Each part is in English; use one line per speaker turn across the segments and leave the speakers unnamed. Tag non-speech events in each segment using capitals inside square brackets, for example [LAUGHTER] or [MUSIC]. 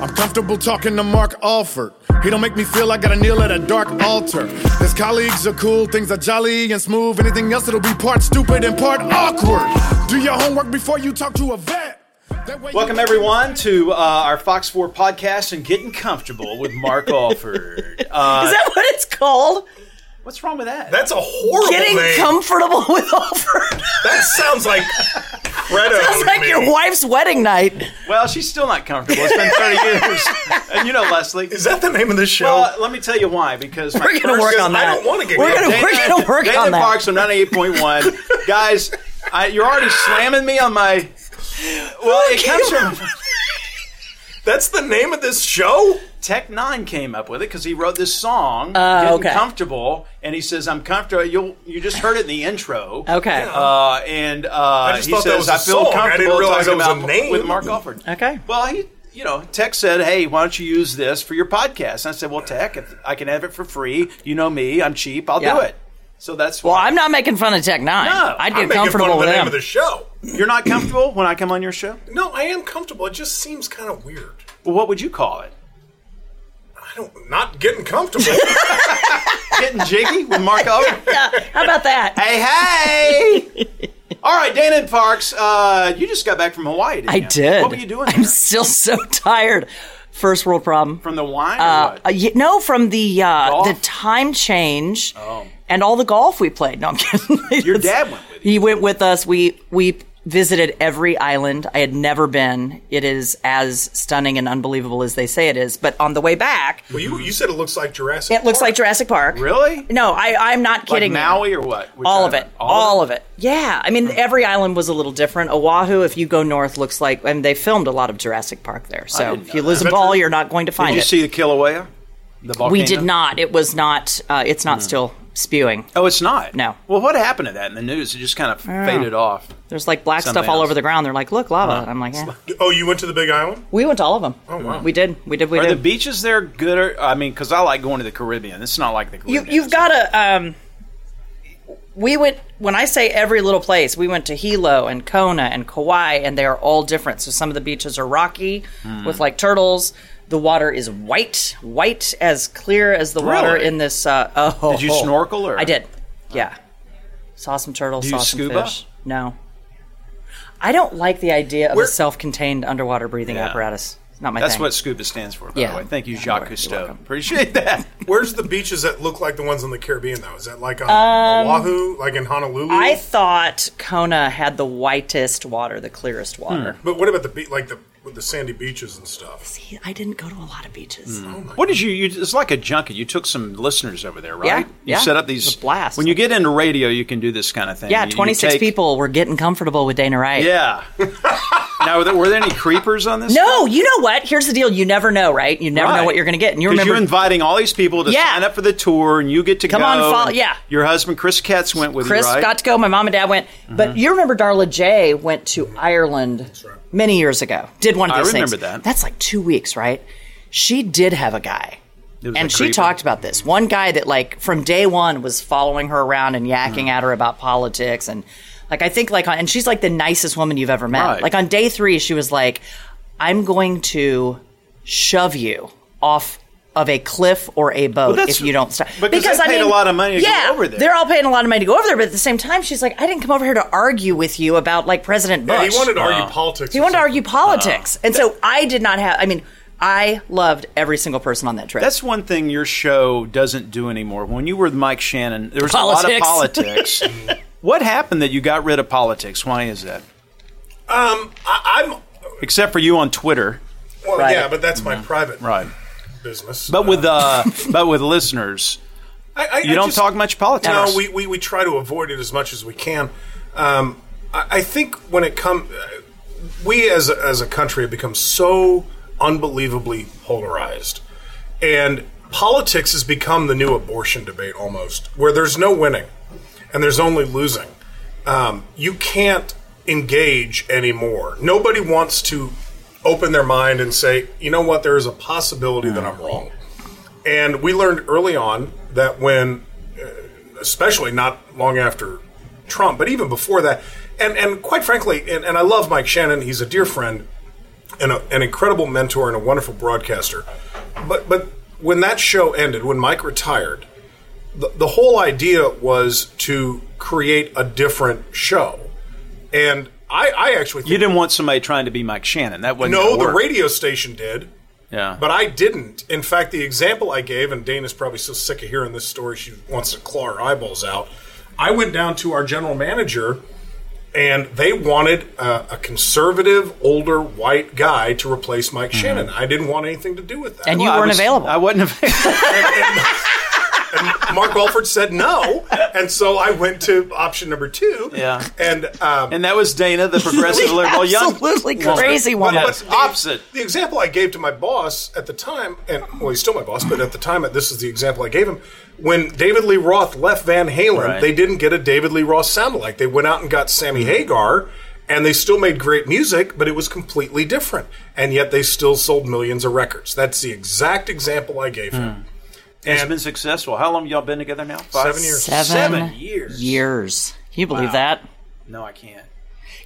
I'm comfortable talking to Mark Alford. He don't make me feel I gotta kneel at a dark altar. His colleagues are cool, things are jolly and smooth. Anything else, it'll be part stupid and part awkward. Do your homework before you talk to a vet. That way you-
Welcome, everyone, to uh, our Fox 4 podcast and getting comfortable with
[LAUGHS]
Mark Alford. Uh,
Is that what it's called?
what's wrong with that?
That's a horrible
Getting
name.
comfortable with Alfred. [LAUGHS]
that sounds like Fredo.
That's
to
like
me.
your wife's wedding night.
uh, well, she's still not comfortable. It's
[LAUGHS]
been 30 years. And you know, Leslie.
Is that the name of the show?
Well, let me tell you why. Because my
We're gonna
first-
work on
I
that.
don't want to get
We're gonna-
comfortable.
Dana-
gonna work [LAUGHS]
Dana
on that.
Parks on 98.1. Guys, I, you're already slamming me on my. Well, it comes from.
That's the name of this show.
Tech Nine came up with it because he wrote this song, Getting
Oh, okay.
Comfortable, and he says, "I'm comfortable." You you just heard it in the intro,
Okay.
Uh, and uh, I
just
he
thought that
says,
was a
"I feel
song. I
comfortable
didn't realize
talking
that was a
about
name.
with Mark Alford."
Okay.
Well, he, you know, Tech said, "Hey, why don't you use this for your podcast?" And I said, "Well, Tech, if I can have it for free. You know me; I'm cheap. I'll
Yeah.
do it." So that's
Well,
why
I'm not making fun of Tech Nine.
No,
I'd
I'm
get
making fun
comfortable
of the
with
name
him.
of the show.
you're not comfortable when I come on your show.
No, I am comfortable. It just seems kind of weird.
Well, what would you call it?
I don't. Not
[LAUGHS]
getting comfortable.
Getting jiggy with Mark Alford?
How about that?
Hey, hey! All right, Dana and Parks, uh, you just got back from Hawaii. Didn't
I
you?
did.
What were you doing
I'm
there?
still so tired. First world problem.
from the wine? Or what?
Uh, y- no, from the uh,
Golf? Oh.
the time change and all the golf we played. No, I'm [LAUGHS] kidding.
Your dad went with you.
He went with us. We we visited every island I had never been. It is as stunning and unbelievable as they say it is. But on the way back,
well, you you said it looks like Jurassic.
it looks
Park.
like Jurassic Park.
Really?
No, I I'm not
Like uh,
kidding. you.
Maui or what? We're
All of
talking
it.
about-
All of it. Yeah. I mean,
Hmm.
every island was a little different. Oahu, if you go north, looks like, and they filmed a lot of Jurassic Park there. So
didn't
if you
know
lose
that.
a ball, you're not going to find
Did you
it.
see the Kilauea? The volcano?
we did not. It was not. Uh, it's
Hmm.
not still spewing.
Oh, it's not.
No.
Well, what happened to that in the news? It just kind of faded off.
There's like black
Something
stuff all
else.
over the ground. They're like, look, lava. I'm like, eh.
Oh, you went to the Big Island.
we went to all of them. Oh
wow.
We did. We did. We
Are the
did.
beaches there good? Or, I mean, because I like going to the Caribbean. It's not like the
you
Caribbean.
you've got to. Um, we went when I say every little place. We went to Hilo and Kona and Kauai, and they are all different. So some of the beaches are rocky
Hmm.
with like turtles. The water is white, white as clear as the water
Really?
in this. Uh, oh,
Did you snorkel or-
I did. Yeah, saw some turtles.
Do
saw
you
some
scuba?
fish. No, I don't like the idea of
Where-
a self-contained underwater breathing
Yeah.
apparatus. It's not my
That's
thing.
what scuba stands for, by
Yeah.
the way. Thank you,
Yeah,
Jacques
you're
Cousteau.
welcome.
Appreciate that. [LAUGHS]
Where's the beaches that look like the ones in the Caribbean though? Is that like on Oahu, like in
Um,
Honolulu?
I thought Kona had the whitest water, the clearest
Hmm.
water.
but what about the be- like the with the sandy beaches and stuff?
I didn't go to a lot of beaches.
What did you, you? It's like a junket. You took some listeners over there, right?
Yeah,
You
yeah.
set up these
It was a blast.
When you get into radio, you can do this kind of thing.
Yeah,
You- you
26
take-
people were getting comfortable with Dana Wright.
Yeah. [LAUGHS] now, were there, were there any creepers on this?
No, you know what? Here's the deal. You never know, right? You never
Right.
know what you're going to get. And you
'Cause
remember
you're inviting all these people to
Yeah.
sign up for the tour, and you get to
Come
go,
on, follow-
and
yeah.
Your husband Chris Katz went with
Chris
you, right? Mm-hmm.
got to go. My mom and dad went. But you remember Darla J went to Ireland many years ago. Did one of
I
these things.
remember that.
That's like two weeks, right? She did have a guy.
was
And
a
she
creeper.
talked about this. One guy that, like, from day one was following her around and yakking
Mm.
at her about politics. And, like, I think, like, on, and she's like the nicest woman you've ever met.
Right.
Like, on day three, she was like, I'm going to shove you off of a cliff or a boat
that's-
if you don't stop.
because they paid a lot of money to go
yeah,
over there.
They're all paying a lot of money to go over there, but at the same time, she's like, I didn't come over here to argue with you about like President Bush.
Yeah, he wanted to argue politics.
He
or
wanted to
something.
argue politics,
Ah.
and so I did not have. I mean, I loved every single person on that trip.
That's one thing your show doesn't do anymore. When you were with Mike Shannon, there was a lot of
[LAUGHS]
politics. what happened that you got rid of politics? Why is that?
Um, I, I'm
except for you on Twitter,
Well,
Right.
yeah, but that's my private
Mm-hmm. right?
business.
But with
[LAUGHS]
uh, but with listeners,
I, I,
you
I
don't
just-
talk much politics.
No, we, we, we try to avoid it as much as we can. Um, I, I think when it comes, we as a, as a country have become so unbelievably polarized, and politics has become the new abortion debate almost, where there's no winning, and there's only losing. Um, you can't engage anymore. Nobody wants to open their mind and say, you know what, there is a possibility that I'm wrong. And we learned early on that when especially not long after Trump, but even before that. And and quite frankly, and, and I love Mike Shannon. He's a dear friend and a, an incredible mentor and a wonderful broadcaster. But but when that show ended, when Mike retired, the, the whole idea was to create a different show. And I, I actually think
you didn't want somebody trying to be Mike Shannon. That wasn't
no,
gonna
the
work.
radio station did.
Yeah.
But I didn't. In fact, the example I gave, and Dana's probably so sick of hearing this story, she wants to claw her eyeballs out. I went down to our general manager, and they wanted a, a conservative, older, white guy to replace Mike
Mm-hmm.
Shannon. I didn't want anything to do with that.
And you
I
weren't
was-
available.
I wasn't available.
and Mark Walford said no, and so I went to option number two.
Yeah.
and um,
and that was Dana, the
[LAUGHS]
progressive liberal young.
Absolutely
woman.
crazy
But-
woman.
but
Yes, opposite.
The example I gave to my boss at the time, and well, he's still my boss, but at the time, this is the example I gave him. When David Lee Roth left Van Halen,
Right. Mm-hmm.
they didn't get a David Lee Roth sound alike. They went out and got Sammy Hagar, and they still made great music, but it was completely different. And yet they still sold millions of records. That's the exact example I gave him.
Hmm. It's been successful. How long have y'all been together now? Five?
Seven years.
Seven,
Seven years.
years. Can you believe that?
No, I can't.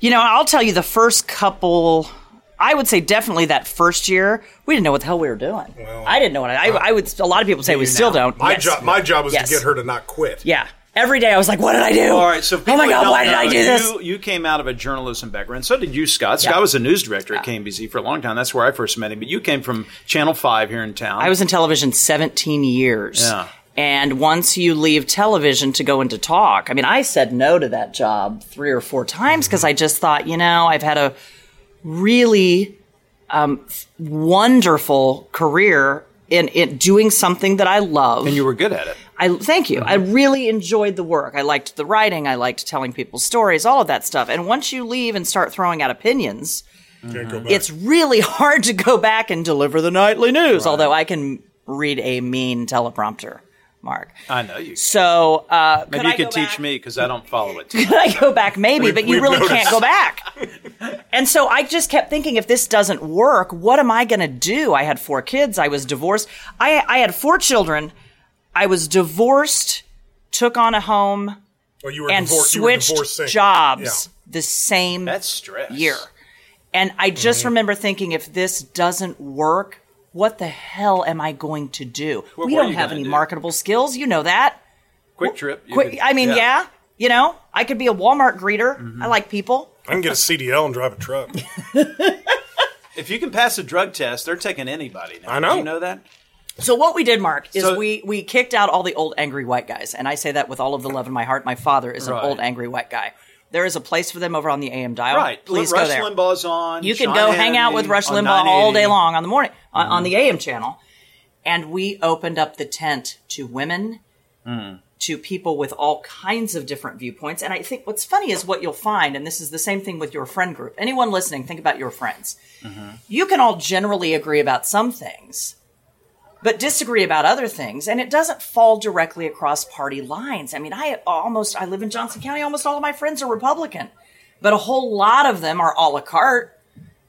You know, I'll tell you the first couple, I would say definitely that first year, we didn't know what the hell we were doing. I didn't know what
uh,
I, I would, a lot of people say we still don't.
My,
Yes.
job, my job was
Yes.
to get her to not quit.
Yeah. Every day I was like, what did I do?
All right, so
oh my
people
God,
don't
why did
know,
I do
you,
this?
You came out of a journalism background. So did you, Scott. Scott was a news director at KMBZ for a long time. That's where I first met him. But you came from Channel Five here in town.
I was in television 17 years.
Yeah.
And once you leave television to go into talk, I mean, I said no to that job three or four times because I just thought, you know, I've had a really um, wonderful career in, in doing something that I love.
and you were good at it.
I thank you.
Mm-hmm.
I really enjoyed the work. I liked the writing. I liked telling people stories, all of that stuff. And once you leave and start throwing out opinions,
Mm-hmm.
it's really [LAUGHS] hard to go back and deliver the nightly news. Although I can read a mean teleprompter, Mark.
I know you.
So uh,
Maybe
[LAUGHS] could
you
I
could
go
teach
back?
me because I don't follow it.
Could I go back? Maybe, but you
we've
really
noticed.
can't go back. and so I just kept thinking, if this doesn't work, what am I going to do? I had four kids. I was divorced. I, I had four children. I was divorced, took on a home,
Well, you were
and
divor- you were
switched
divorcing.
jobs
Yeah.
the same
That's stress.
year. And I just
Mm-hmm.
remember thinking, if this doesn't work, what the hell am I going to do? we
what are
don't
you
have
gonna
any
do?
marketable skills. You know that.
Quick trip. you
Quick,
could-
I mean, yeah. you know, I could be a Walmart greeter.
Mm-hmm.
I like people.
I can get a CDL and drive a truck.
If you can pass a drug test, they're taking anybody now.
I know.
Did you know that?
So what we did, Mark, is
So-
we we kicked out all the old angry white guys, and I say that with all of the love in my heart. My father is an
Right.
old angry white guy. There is a place for them over on the AM dial.
Right.
please
Oh, Rush
go there.
Limbaugh's on.
you could
Sean
go hang out with
Hannity
Rush
on
Limbaugh
980.
all day long on the morning on, on the AM channel, and we opened up the tent to women, to people with all kinds of different viewpoints. And I think what's funny is what you'll find, and this is the same thing with your friend group. Anyone listening, think about your friends. You can all generally agree about some things, but disagree about other things, and it doesn't fall directly across party lines. I mean, I almost I live in Johnson County. Almost all of my friends are Republican. But a whole lot of them are a la carte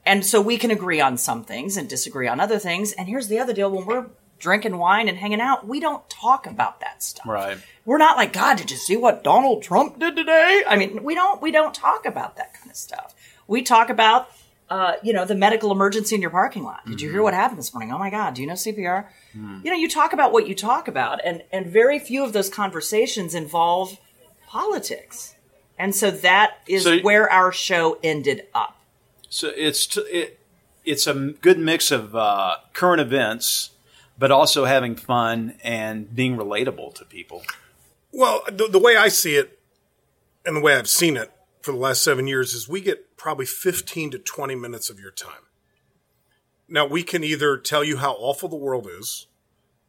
and so we can agree on some things and disagree on other things. And here's the other deal when we're drinking wine and hanging out, we don't talk about that stuff.
Right.
We're not like, God, did you see what Donald Trump did today? I mean, we don't we don't talk about that kind of stuff. We talk about uh, you know, the medical emergency in your parking lot. Did you hear what happened this morning? Oh my God, do you know CPR? You know, you talk about what you talk about, and and very few of those conversations involve politics. And so that is
So-
where our show ended up.
So it's t- it, it's a m- good mix of uh, current events, but also having fun and being relatable to people.
Well, the, the way I see it, and the way I've seen it for the last seven years is we get probably 15 to 20 minutes of your time. Now, we can either tell you how awful the world is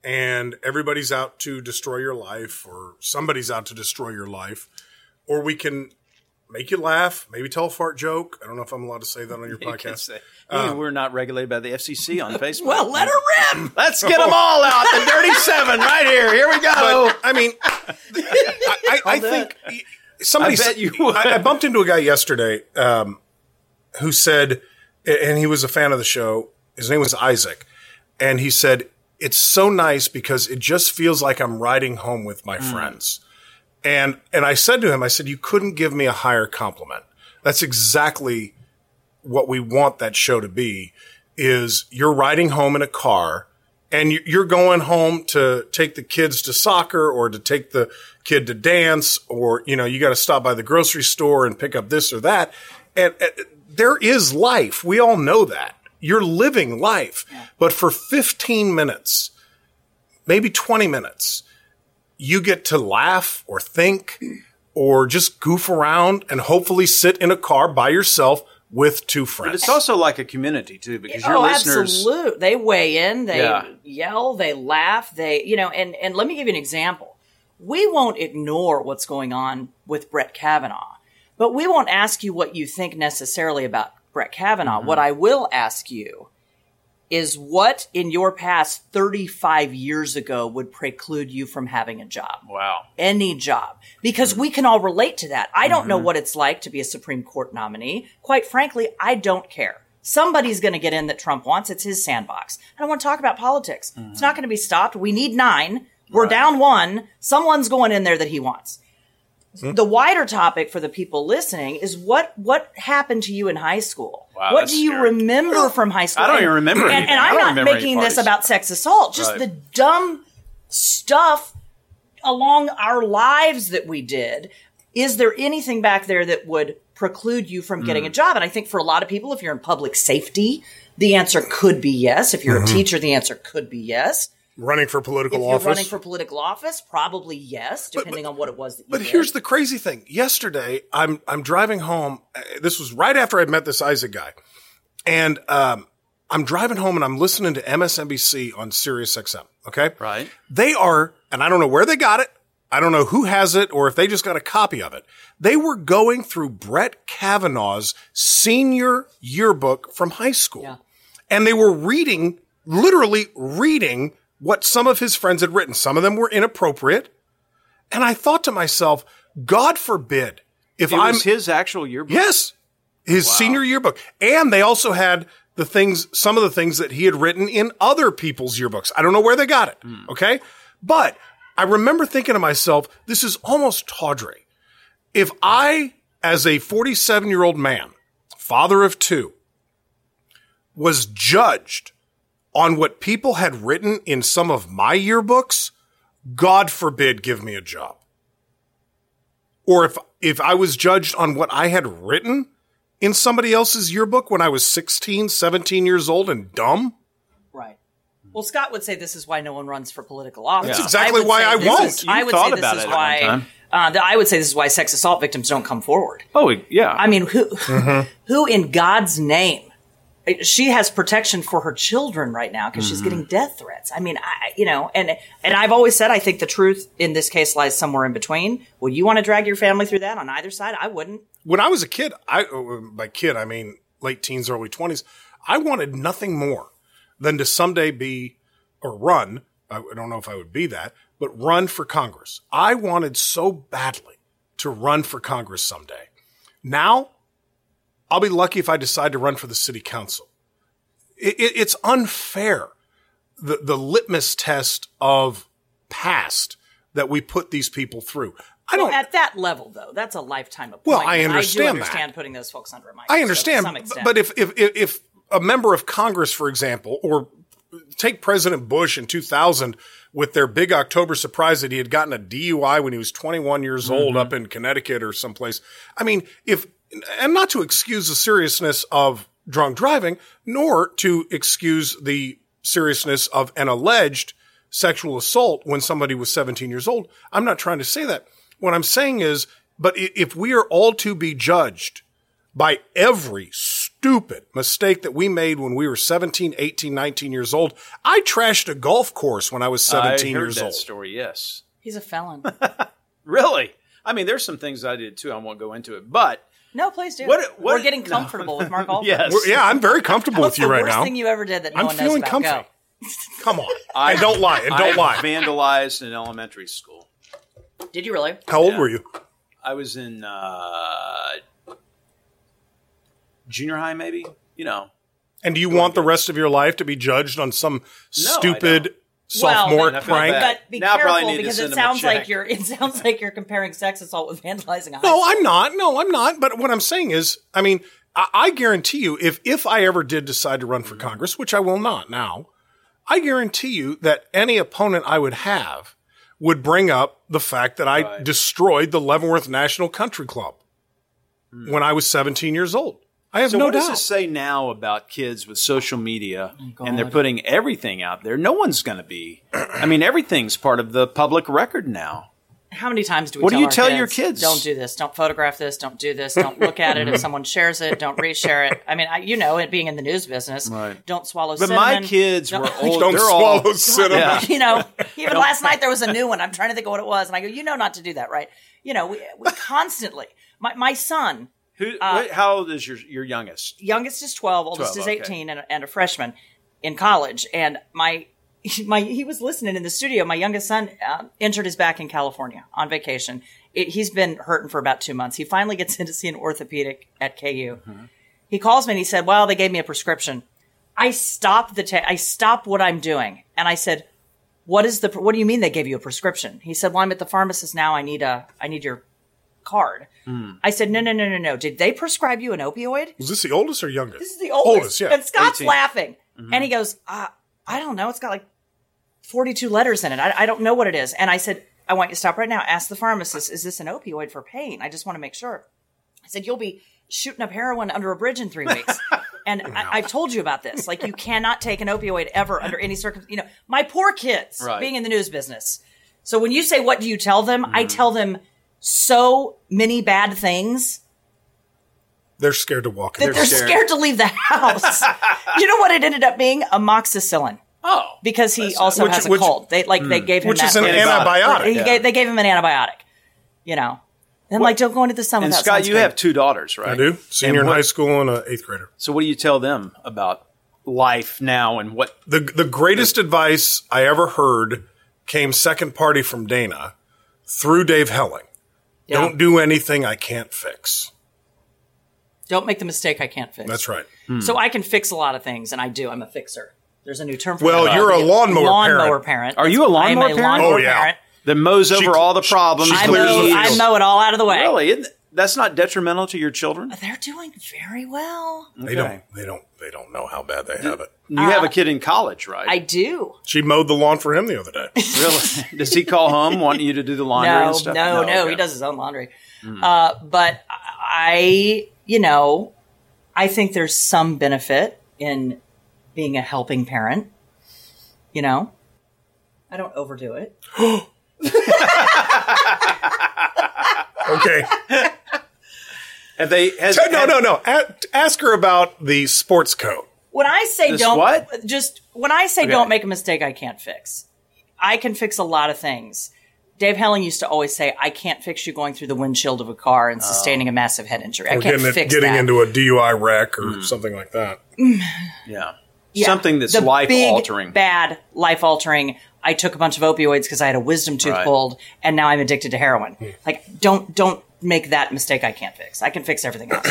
and everybody's out to destroy your life or somebody's out to destroy your life, or we can make you laugh, maybe tell a fart joke. I don't know if I'm allowed to say Um, that on
[LAUGHS]
your
You can
podcast.
say, "Hey, we're not regulated by the FCC
[LAUGHS]
on Facebook.
Well, let her
[LAUGHS]
rip.
Let's get them all out. The
[LAUGHS]
Dirty Seven right here. Here we go.
But, I mean, I, I, I think somebody.
I bet
said-
you would.
I, I bumped into a guy yesterday um, who said, and he was a fan of the show. His name was Isaac, and he said it's so nice because it just feels like I'm riding home with my
Mm.
friends. And and I said to him, I said, you couldn't give me a higher compliment. That's exactly what we want that show to be is you're riding home in a car and you- you're going home to take the kids to soccer or to take the kid to dance or you know you got to stop by the grocery store and pick up this or that and, and there is life we all know that you're living life but for 15 minutes maybe 20 minutes you get to laugh or think or just goof around and hopefully sit in a car by yourself with two friends.
But it's also like a community too, because your
oh,
listeners.
absolute. They weigh in. They
Yeah.
yell. They laugh. They, you know, and and let me give you an example. We won't ignore what's going on with Brett Kavanaugh, but we won't ask you what you think necessarily about Brett Kavanaugh.
Mm-hmm.
What I will ask you is what in your past 35 years ago would preclude you from having a job
Wow.
any job because we can all relate to that. I don't know
Mm-hmm.
what it's like to be a Supreme Court nominee. Quite frankly, I don't care. Somebody's going to get in that Trump wants. It's his sandbox. I don't want to talk about politics.
Mm-hmm.
It's not going to be stopped. We need nine. We're down one. Someone's going in there that he wants.
Hmm?
The wider topic for the people listening is what what happened to you in high school?
Wow,
what
that's
do you
scary.
remember from high school?
I don't
And-
even remember
And,
anything.
and
I
I'm
don't
not
remember any
making this
parties.
about sex assault. Just
Right.
the dumb stuff along our lives that we did, is there anything back there that would preclude you from
Mm.
getting a job? And I think for a lot of people, if you're in public safety, the answer could be yes. If you're a
Mm-hmm.
teacher, the answer could be yes.
running for political
If you're
office.
running for political office, probably yes, depending on what it was that you
But
did.
here's the crazy thing. Yesterday, I'm I'm driving home. Uh, This was right after I met this Isaac guy, and um, I'm driving home and I'm listening to MSNBC on Sirius XM. Okay,
Right.
They are, and I don't know where they got it. I don't know who has it or if they just got a copy of it. They were going through Brett Kavanaugh's senior yearbook from high school, and they were reading, literally reading what some of his friends had written. Some of them were inappropriate. And I thought to myself, God forbid if
It
I'm
was his actual yearbook.
yes, his senior yearbook. And they also had the things, some of the things that he had written in other people's yearbooks. I don't know where they got it. Okay. But I remember thinking to myself, this is almost tawdry. If I, as a 47 year old man, father of two, was judged on what people had written in some of my yearbooks, God forbid give me a job. Or if if I was judged on what I had written in somebody else's yearbook when I was 16, 17 years old and dumb,
Right.
Hmm.
Well, Scott would say this is why no one runs for political office.
That's exactly
would
why
say
I
this
won't.
is-
You
I would
thought
say this
about
is
it at one
why.
time.
Uh, th- I would say this is why sex assault victims don't come forward.
Oh, yeah.
I mean, who
Mm-hmm.
[LAUGHS] who in God's name? She has protection for her children right now because
Mm-hmm.
she's getting death threats. I mean, I you know, and and I've always said I think the truth in this case lies somewhere in between. Would you want to drag your family through that on either side? I wouldn't.
when I was a kid, I uh, by kid I mean late teens, early twenties, I wanted nothing more than to someday be or run. I I don't know if I would be that, but run for Congress. I wanted so badly to run for Congress someday. Now, I'll be lucky if I decide to run for the city council. It, it, it's unfair the the litmus test of past that we put these people through. I don't.
At that level, though, that's a lifetime appointment.
Well, I
I do
understand that.
understand putting those folks under a microscope.
I understand,
to some
b-
extent.
but if, if if if a member of Congress, for example, or take President Bush in 2000 with their big October surprise that he had gotten a DUI when he was 21 years old up in Connecticut or someplace. I mean, if and not to excuse the seriousness of drunk driving, nor to excuse the seriousness of an alleged sexual assault when somebody was 17 years old. I'm not trying to say that. What I'm saying is But i- if we are all to be judged by every stupid mistake that we made when we were 17, 18, 19 years old, I trashed a golf course when I was 17
I heard
years
that
old.
story. Yes,
He's a
[LAUGHS]
felon.
really. I mean, there's some things I did too. I won't go into it, but
No, please do.
What- what-
We're getting
no.
comfortable with
[LAUGHS]
Mark Wahlberg.
yes,
We're- yeah, I'm very comfortable
What's
with you
the
right
worst
now.
thing you ever did that no
I'm
one
feeling
knows about?
comfy.
Go.
Come on. and don't lie. And
I
don't lie.
vandalized in elementary school.
Did you really?
How old were you?
I was in uh, junior high, maybe. You know,
And do you want the rest of your life to be judged on some
don't.
stupid
Well,
sophomoric
then I feel
prank?
bad.
But be
Now I probably need
careful
to
because
send
it
him a
sounds
check.
like you're it sounds like you're comparing sex assault with vandalizing a high
No, I'm not. No, I'm not. But what I'm saying is, I mean, I, I guarantee you, if if I ever did decide to run for Congress, which I will not now, I guarantee you that any opponent I would have would bring up the fact that I destroyed the Leavenworth National Country Club when I was 17 years old. I have
Hmm. So
no
what does
doubt. Oh,
this say now about kids with social media and they're putting everything out there? No one's going to be. I mean, everything's part of the public record now.
How many times do we
What do
tell
you tell
our kids,
your kids?
Don't do this. Don't photograph this. Don't do this. Don't look
[LAUGHS]
at it. If someone shares it, don't reshare it. I mean, I, you know, it being in the news business,
Right.
don't swallow
But my
cinnamon.
kids
Don't- [LAUGHS]
were old.
Don't
they're
swallow
all,
cinnamon.
Yeah.
you know, even last night there was a new one. I'm trying to think of what it was. And I go, you know, not to do that, right? You know, we, we constantly, my, my son,
[LAUGHS] Who, wait, how old is your your youngest?
youngest is 12 oldest
12,
is
okay.
18 and, and a freshman in college and my [LAUGHS] my he was listening in the studio my youngest son uh, injured his back in california on vacation it, he's been hurting for about two months he finally gets in to see an orthopedic at ku he calls me and he said well they gave me a prescription i stopped the ta- i stopped what i'm doing and i said what is the what do you mean they gave you a prescription he said well i'm at the pharmacist now i need a i need your card i said no no no no no did they prescribe you an opioid
Was this the oldest or youngest?
this is the oldest.
yeah.
And Scott's
18.
laughing. And he goes, uh, I don't know. It's got like 42 letters in it. I, I don't know what it is. And I said, I want you to stop right now. Ask the pharmacist, is this an opioid for pain? I just want to make sure. I said, you'll be shooting up heroin under a bridge in three weeks. and I, I've told you about this. Like, you cannot take an opioid ever under any circumstance. You know, my poor kids
Right.
being in the news business. So when you say, what do you tell them? I tell them so many bad things
They're scared to walk. in.
that they're scared. to leave the
[LAUGHS]
house. you know what it ended up being? Amoxicillin.
Oh,
Because he also
Which-
has a
which- Hmm.
cold. They like they gave him
which
that
is an
for-
antibiotic.
He gave, they gave him an antibiotic. You know. And I'm like, don't go into the sun
and
without
Scott, you
sunscreen.
have two daughters, right?
I do. Senior in
what-
high school and an eighth grader.
So what do you tell them about life now and what?
the the greatest advice I ever heard came second party from Dana through Dave Helling. Don't do anything I can't fix.
Don't make the mistake I can't fix.
That's right.
So I can fix a lot of things, and I do. I'm a fixer. There's a new term for
Well,
that.
you're a lawnmower
lawnmower
parent.
parent.
Are you a
I am
lawnmower parent?
lawnmower
Oh, yeah.
parent.
That mows over all the problems.
she
I
that
Clears the
mow,
leaves.
I
field.
mow it all out of the way.
Really, Isn't- that's not detrimental to your children.
They're doing very well.
They don't they don't they don't know how bad they have it.
You have a kid in college, right?
Uh, I do.
She mowed the lawn for him the
[LAUGHS]
other day.
Really? Does he call home wanting you to do the laundry
no,
and stuff?
No, no,
okay. Hmm.
he does his own laundry. Uh, but I, you know, I think there's some benefit in being a helping parent. You know, I don't overdo it. [LAUGHS]
Okay.
Have they? Has,
no, no, no. A- ask her about the sports coat.
When I say
This
don't,
what?
just when I say
Okay.
don't make a mistake, I can't fix. I can fix a lot of things. Dave Helling used to always say, "I can't fix you going through the windshield of a car and
Oh.
sustaining a massive head injury. I
Or
can't
getting it-
fix
getting
that." Mm.
into a DUI wreck or something like that.
Yeah.
Yeah.
Something that's
The
life
big,
altering.
Bad, life altering. I took a bunch of opioids because I had a wisdom tooth
Right.
pulled, and now I'm addicted to heroin. Like, don't don't make that mistake. I can't fix. I can fix everything else.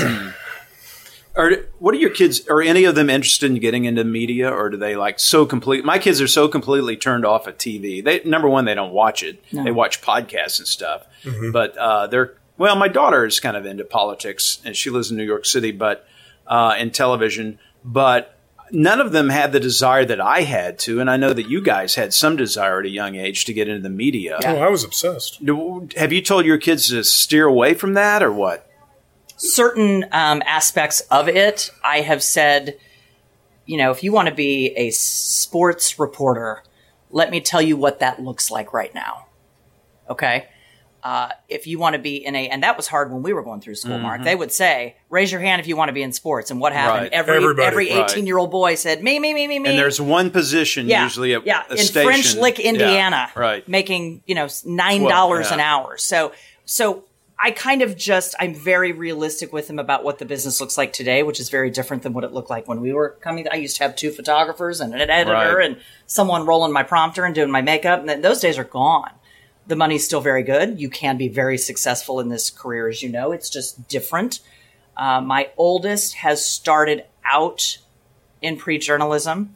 Are what are your kids? Are any of them interested in getting into media, or do they like so complete? My kids are so completely turned off at TV. They number one, they don't watch it. They watch podcasts and stuff. But uh, they're well. My daughter is kind of into politics, and she lives in New York City, but uh, and television. But none of them had the desire that I had to, and I know that you guys had some desire at a young age to get into the media.
Oh, I was obsessed.
Do- Have you told your kids to steer away from that, or what?
certain um, aspects of it, I have said, you know, if you want to be a sports reporter, let me tell you what that looks like right now. Okay. Uh, if you want to be in a, and that was hard when we were going through school, Mark. They would say, "Raise your hand if you want to be in sports." And what
Mm-hmm.
happened?
Right.
Every
Everybody.
every
Right.
eighteen year old boy said, "Me, me, me, me, me."
And there's one position
yeah,
usually at
yeah
a
in
station.
French Lick,
Yeah,
Indiana,
right.
Making you know nine
Well,
dollars
yeah.
an hour. So so I kind of just I'm very realistic with him about what the business looks like today, which is very different than what it looked like when we were coming. I used to have two photographers and an editor
Right.
and someone rolling my prompter and doing my makeup, and then those days are gone. The money's still very good. You can be very successful in this career, as you know. It's just different. Uh, my oldest has started out in pre journalism.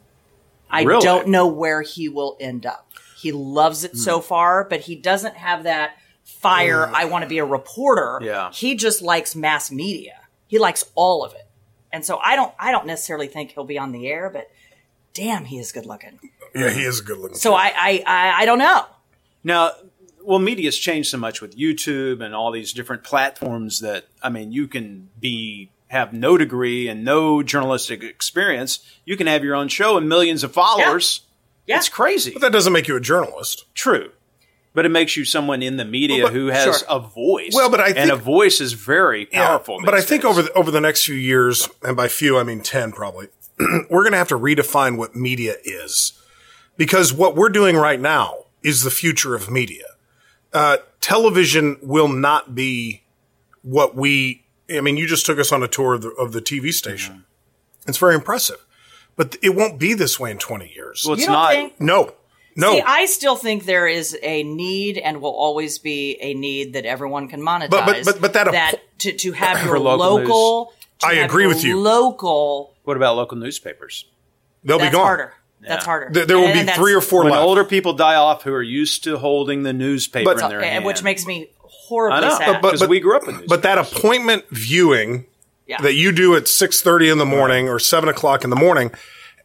I
Really?
don't know where he will end up. He loves it
Hmm.
so far, but he doesn't have that fire.
Mm.
I want to be a reporter.
Yeah.
He just likes mass media. He likes all of it. And so I don't I don't necessarily think he'll be on the air, but damn, he is good looking.
Yeah, he is a good looking.
So I I I, I don't know.
Now, well, media's changed so much with YouTube and all these different platforms that I mean, you can be have no degree and no journalistic experience. You can have your own show and millions of followers.
Yeah.
It's crazy.
But that doesn't make you a journalist.
True. But it makes you someone in the media
Well, but-
who has
sure.
a voice.
Well, but I
and
think-
a voice is very powerful.
But I
these
think
days.
over the, over the next few years, and by few I mean ten probably, [CLEARS THROAT] we're going to have to redefine what media is, because what we're doing right now is the future of media. Uh, television will not be what we. I mean, you just took us on a tour of the, of the TV station.
Mm-hmm.
It's very impressive, but it won't be this way in twenty years.
well, it's
you don't
not.
think-
no, no.
See, I still think there is a need and will always be a need that everyone can monetize.
but- but that app-
to, to
[CLEARS THROAT]
have your
local news.
local to
I
have
agree
your
with you.
Local
What about local newspapers?
They'll be
that's
gone.
harder. That's harder.
There, there will
And
be
that's-
three or four
When
left.
older people die off who are used to holding the newspaper
But-
in their
Oh, and
hand,
eh, which makes me
I
horribly
know,
sad.
But-
because we grew up in.
But that appointment viewing
yeah.
that you do at 6.30 in the morning or 7 o'clock in the morning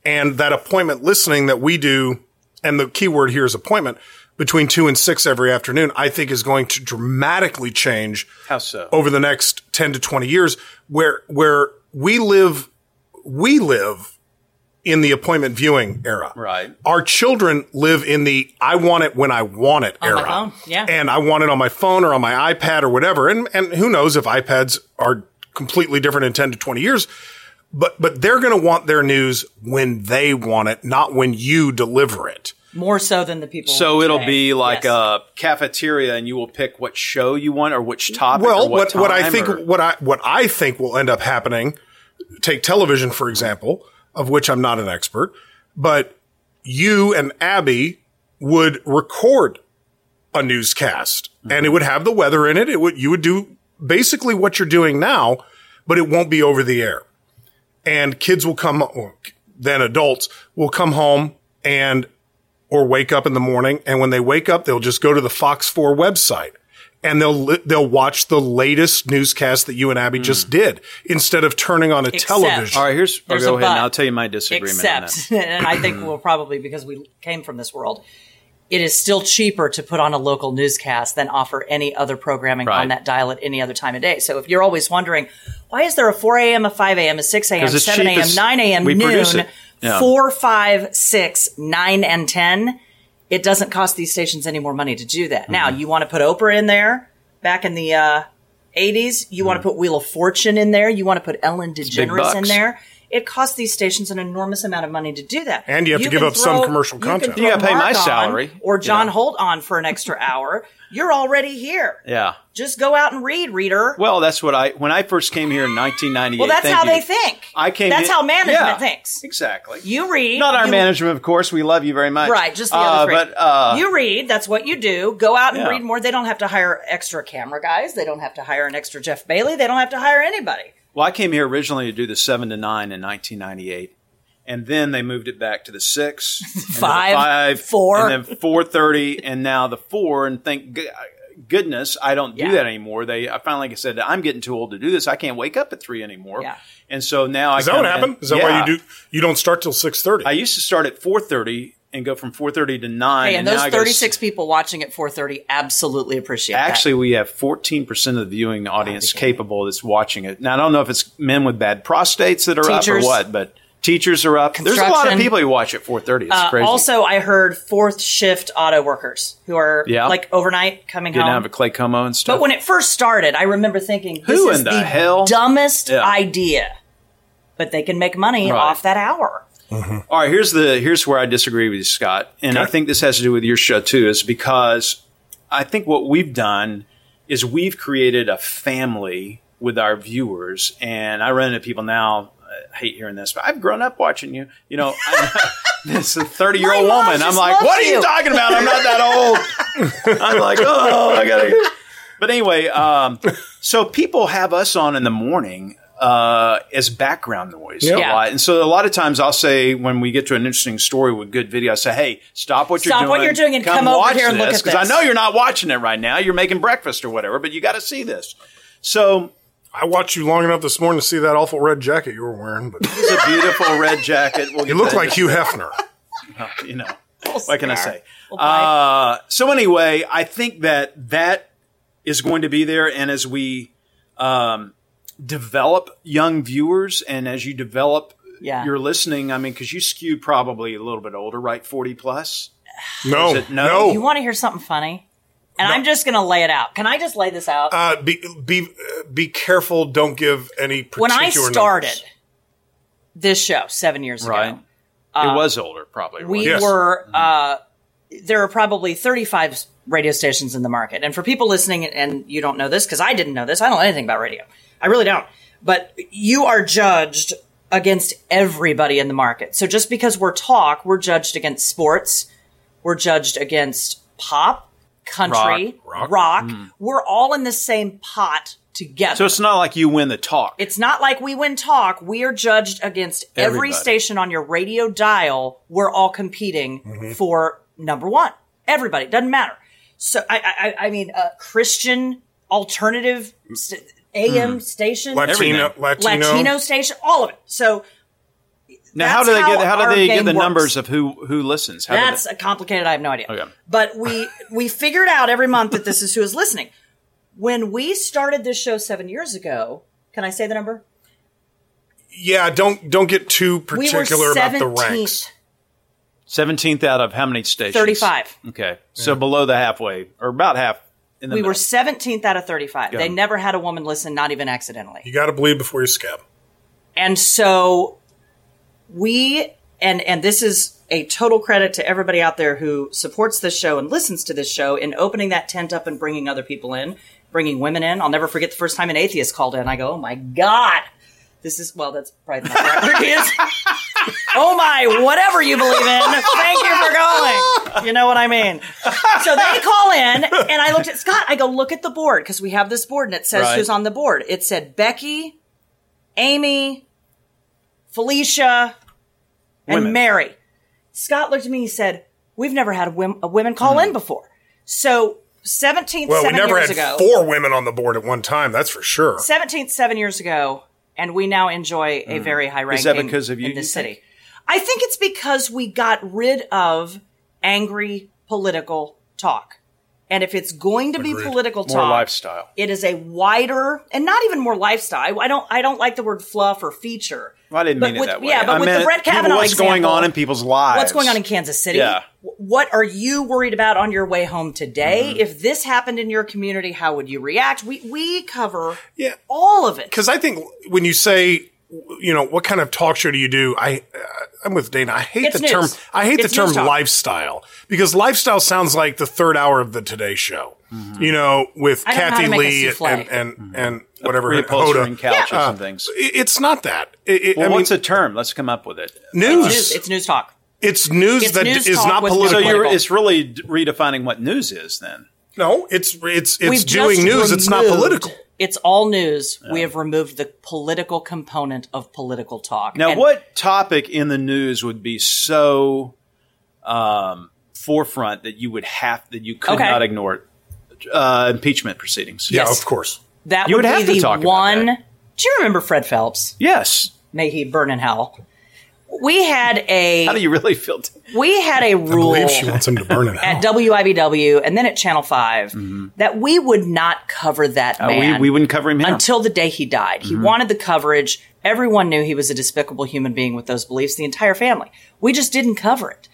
and that appointment listening that we do and the key word here is appointment between 2 and 6 every afternoon i think is going to dramatically change
how so?
over the next 10 to 20 years where where we live we live in the appointment viewing era
Right.
our children live in the i want it when i want it
my
era
phone, yeah.
and i want it on my phone or on my ipad or whatever and and who knows if ipads are completely different in 10 to 20 years but but they're going to want their news when they want it not when you deliver it
More so than the people.
So it'll
today.
be like
Yes.
a cafeteria, and you will pick what show you want or which topic.
Well,
or what,
what, what, I
time
think
or-
what I what I think will end up happening, take television for example, of which I'm not an expert, but you and Abby would record a newscast
Mm-hmm.
and it would have the weather in it. It would you would do basically what you're doing now, but it won't be over the air. And kids will come or then adults will come home and or wake up in the morning and when they wake up they'll just go to the Fox 4 website and they'll li- they'll watch the latest newscast that you and Abby just did instead of turning on a television.
Mm. all right, here's oh,
There's a
go ahead.
but.
And I'll tell you my disagreement. on
Except, [LAUGHS]
that.
and I think we'll probably because we came from this world. It is still cheaper to put on a local newscast than offer any other programming
Right.
on that dial at any other time of day. So if you're always wondering, why is there a 4 a.m., a 5 a.m., a 6 a.m.,
'Cause it's
7
cheap
a.m.,
as-
9 a.m.,
we produce
noon,
it. Yeah.
4, 5, 6, 9, and 10, it doesn't cost these stations any more money to do that. Now,
Mm-hmm.
you want to put Oprah in there back in the uh, 80s. You
Mm-hmm.
want to put Wheel of Fortune in there. You want to put Ellen
big
DeGeneres in
bucks.
there. It costs these stations an enormous amount of money to do that.
And you have to give
can
up some commercial
can
content.
throw
You gotta pay my
Mark on
salary,
Or
you
John
know.
Holt on for an extra hour. You're already here.
Yeah.
Just go out and read, reader.
Well, that's what I when I first came here in 1998.
Well, that's
thank
how
you.
they think.
I came.
That's
in-
how management
Yeah,
thinks.
Exactly.
You read.
Not our
you-
management, of course. We love you very much.
Right, just the
Uh,
other three.
But uh,
you read. That's what you do. Go out and
Yeah.
read more. They don't have to hire extra camera guys. They don't have to hire an extra Jeff Bailey. They don't have to hire anybody.
well, I came here originally to do the seven to nine in 1998, and then they moved it back to the six, and then the
Five,
five,
four.
and then four thirty, and now the four. And thank g- goodness I don't do
Yeah.
that anymore. They I finally like I said I'm getting too old to do this. I can't wake up at three anymore.
Yeah.
And so now
Is
I
that what
come in-
happened? Is that
Yeah.
why you do you don't start till 6:30?
I used to start at four thirty and go from four thirty to nine.
Hey, and,
now
those
I go to
36 people watching at 4:30 absolutely appreciate that.
Actually, we have 14% of the viewing audience capable that's watching it. Now, I don't know if it's men with bad prostates that are up or
Teachers.
what, but Teachers are up. There's a lot of
Construction.
people who watch at 4:30. It's
Uh,
crazy.
also, I heard fourth shift auto workers who are
Yeah.
like overnight coming
didn't
home.
have a Clay Como and stuff.
But when it first started, I remember thinking, this
Who
is
in the hell?
dumbest
Yeah.
idea." But they can make money
Right.
off that hour.
All right, here's the here's where I disagree with you, Scott, and I think this has to do with your show too, is because I think what we've done is we've created a family with our viewers, and I run into people now. I hate hearing this, but I've grown up watching you. You know, i [LAUGHS] this thirty year old
My mom
woman. I'm
just
like,
loves
what are you
you."
talking about? I'm not
[LAUGHS]
that old. I'm like, oh, I gotta. But anyway, um, so people have us on in the morning uh, as background noise a
Yeah.
lot. And so a lot of times I'll say when we get to an interesting story with good video, I say, hey, stop what you're
Stop
doing.
what you're doing and come over
watch
here and look
this,
at
I
this.
know you're not watching it right now. You're making breakfast or whatever, but you got to see this. So
I watched you long enough this morning to see that awful red jacket you were wearing, but
it's a beautiful red jacket. We'll
you
get
look
that
like
[LAUGHS]
Hugh Hefner.
you know, what can I say?
buy-
Uh, so anyway, I think that that is going to be there, and as we um, develop young viewers, and as you develop
Yeah.
your listening, I mean, because you skew probably a little bit older, right? Forty plus.
No,
Is it no?
no.
You want to hear something funny? And I'm just going to lay it out. Can I just lay this out?
uh, be be uh, be careful. Don't give any
when
particular.
I started
numbers.
this show seven years
Right.
ago,
it was older, probably.
Uh, we
Yes.
were uh, there are probably 35 radio stations in the market and for people listening and you don't know this because i didn't know this i don't know anything about radio i really don't but you are judged against everybody in the market so just because we're talk we're judged against sports we're judged against pop country
Rock, Mm. rock.
we're all in the same pot together
so it's not like you win the talk.
it's not like we win talk. We are judged against every
Everybody.
station on your radio dial. We're all competing
Mm-hmm.
for number one. Everybody doesn't matter. So I, I, I- I mean, uh, Christian alternative st-
Mm-hmm.
AM station,
Latino,
Everything.
Latino,
Latino station, all of it. So
now, how
that's
do they
how
get? How
our
do they get
game
the
works.
numbers of who who listens? How do
That's
they-
a complicated. I have no idea.
Okay. [LAUGHS]
But we we figured out every month that this is who is listening. When we started this show seven years ago, can I say the number?
Yeah, don't don't get too
We were
particular about the ranks.
seventeenth,
17th out of how many stations?
thirty-five.
Okay. So below the halfway or about half in the
We
middle.
were 17th out of 35. They never had a woman listen, not even accidentally.
You got to bleed before you scab.
And so we and and this is a total credit to everybody out there who supports this show and listens to this show in opening that tent up and bringing other people in, bringing women in. I'll never forget the first time an atheist called in. I go, "Oh my god." This is well, that's probably not the right word to use. oh my, whatever you believe in. Thank you for calling. You know what I mean? So they call in, and I looked at Scott. I go, look at the board because we have this board, and it says
Right.
who's on the board. It said Becky, Amy, Felicia, and
Women.
Mary. Scott looked at me. He said, "We've never had a, wom- a women call
Mm-hmm.
in before." So seventeenth,
Well, we
seven
never
years
had
ago,
four women on the board at one time. That's for sure.
seventeenth, seven years ago, and we now enjoy a very high ranking.
Mm. Is that because of you,
in this
you
city? I think it's because we got rid of angry political talk. And if it's going to be political
More
talk,
lifestyle.
it is a wider and not even more lifestyle. I, I don't I don't like the word fluff or feature.
Well, I didn't
But
mean
with-
it that way.
Yeah, but
I
with
meant
the Brett
people-
Kavanaugh
what's going
example,
on in people's lives?
What's going on in Kansas City?
Yeah.
W- What are you worried about on your way home today?
Mm-hmm.
If this happened in your community, how would you react? We we cover
Yeah.
all of it.
because I think when you say, you know, what kind of talk show do you do? I, uh, I'm with Dana. I hate
It's
the term.
news.
I hate
It's
the term
news talk.
lifestyle because lifestyle sounds like the third hour of the Today Show.
Mm-hmm.
You know, with
I don't know how
Kathy
to make a
Lee and
souffle.
and, and, and whatever her-
Reupholstering
Hoda.
couches
Uh,
and things.
it- It's not that. It, it,
Well,
I mean,
what's a term? Let's come up with it.
news.
News- It's news talk.
It's news
It's
that
news
is
talk
not
with
political.
So
Political.
you're, it's really d- redefining what news is then.
no, it's it's it's
We've
doing
just
news. It's not
removed-
political.
It's all news. We have removed the political component of political talk.
Now,
And
what topic in the news would be so um, forefront that you would have, that you could
Okay.
not ignore it? Uh, impeachment proceedings.
Yeah,
Yes.
of course.
That
you
would
would
be
have to
the
talk about
one.
that.
Do you remember Fred Phelps?
Yes.
May he burn in hell. we had a
How do you really feel? T-
we had a
I
rule
believe she wants him to burn it
[LAUGHS] at
out.
WIBW and then at Channel 5 that we would not cover that
Mm-hmm. Uh, we-
man.
we wouldn't cover him here.
until the day he died. He wanted the coverage. Everyone knew he was a despicable human being with those beliefs, the entire family. We just didn't cover it.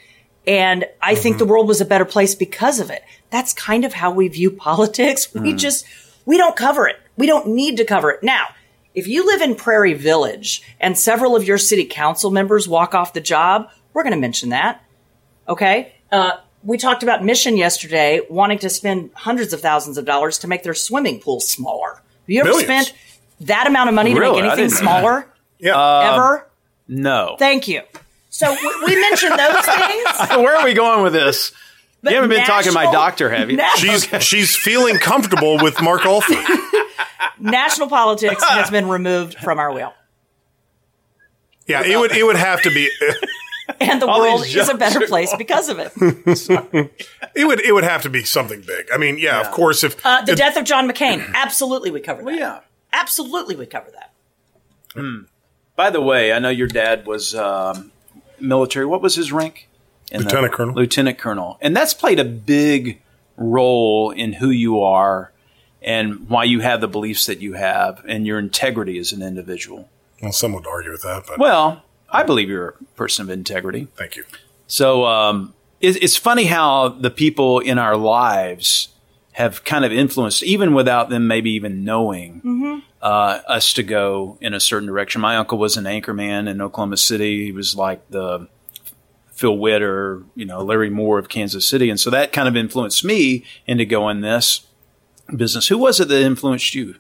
And I think the world was a better place because of it. That's kind of how we view [LAUGHS] politics. We just, we don't cover it. We don't need to cover it. Now, if you live in Prairie Village and several of your city council members walk off the job, we're going to mention that. Okay. Uh, we talked about Mission yesterday wanting to spend hundreds of thousands of dollars to make their swimming pool smaller. Have you ever
Millions.
spent that amount of money to
Really? I
make anything
didn't know that. Um,
smaller
yeah.
ever?
no.
Thank you. So we, we
[LAUGHS]
mentioned those things.
Where are we going with this?
but
you haven't been talking to my
national-
doctor, have you?
na-
she's she's feeling comfortable with Mark Alford.
national politics has been removed from our wheel.
Yeah, it would it would have to be [LAUGHS]
And the
All
world
these
is a
jokes
better
are
place because of it.
it would it would have to be something big. I mean, yeah, of course if
Uh, the death of John McCain. Absolutely, we cover that.
yeah.
Absolutely, we cover that.
By the way, I know your dad was um, military. What was his rank? In the-
Lieutenant colonel.
Lieutenant colonel, and that's played a big role in who you are and why you have the beliefs that you have and your integrity as an individual.
well, some would argue with that, but
Well, I believe you're a person of integrity.
thank you.
So um, it, it's funny how the people in our lives have kind of influenced, even without them maybe even knowing,
Mm-hmm.
uh, us to go in a certain direction. My uncle was an anchorman in Oklahoma City. He was like the Phil Witt or you know Larry Moore of Kansas City, and so that kind of influenced me into going this business. Who was it that influenced you?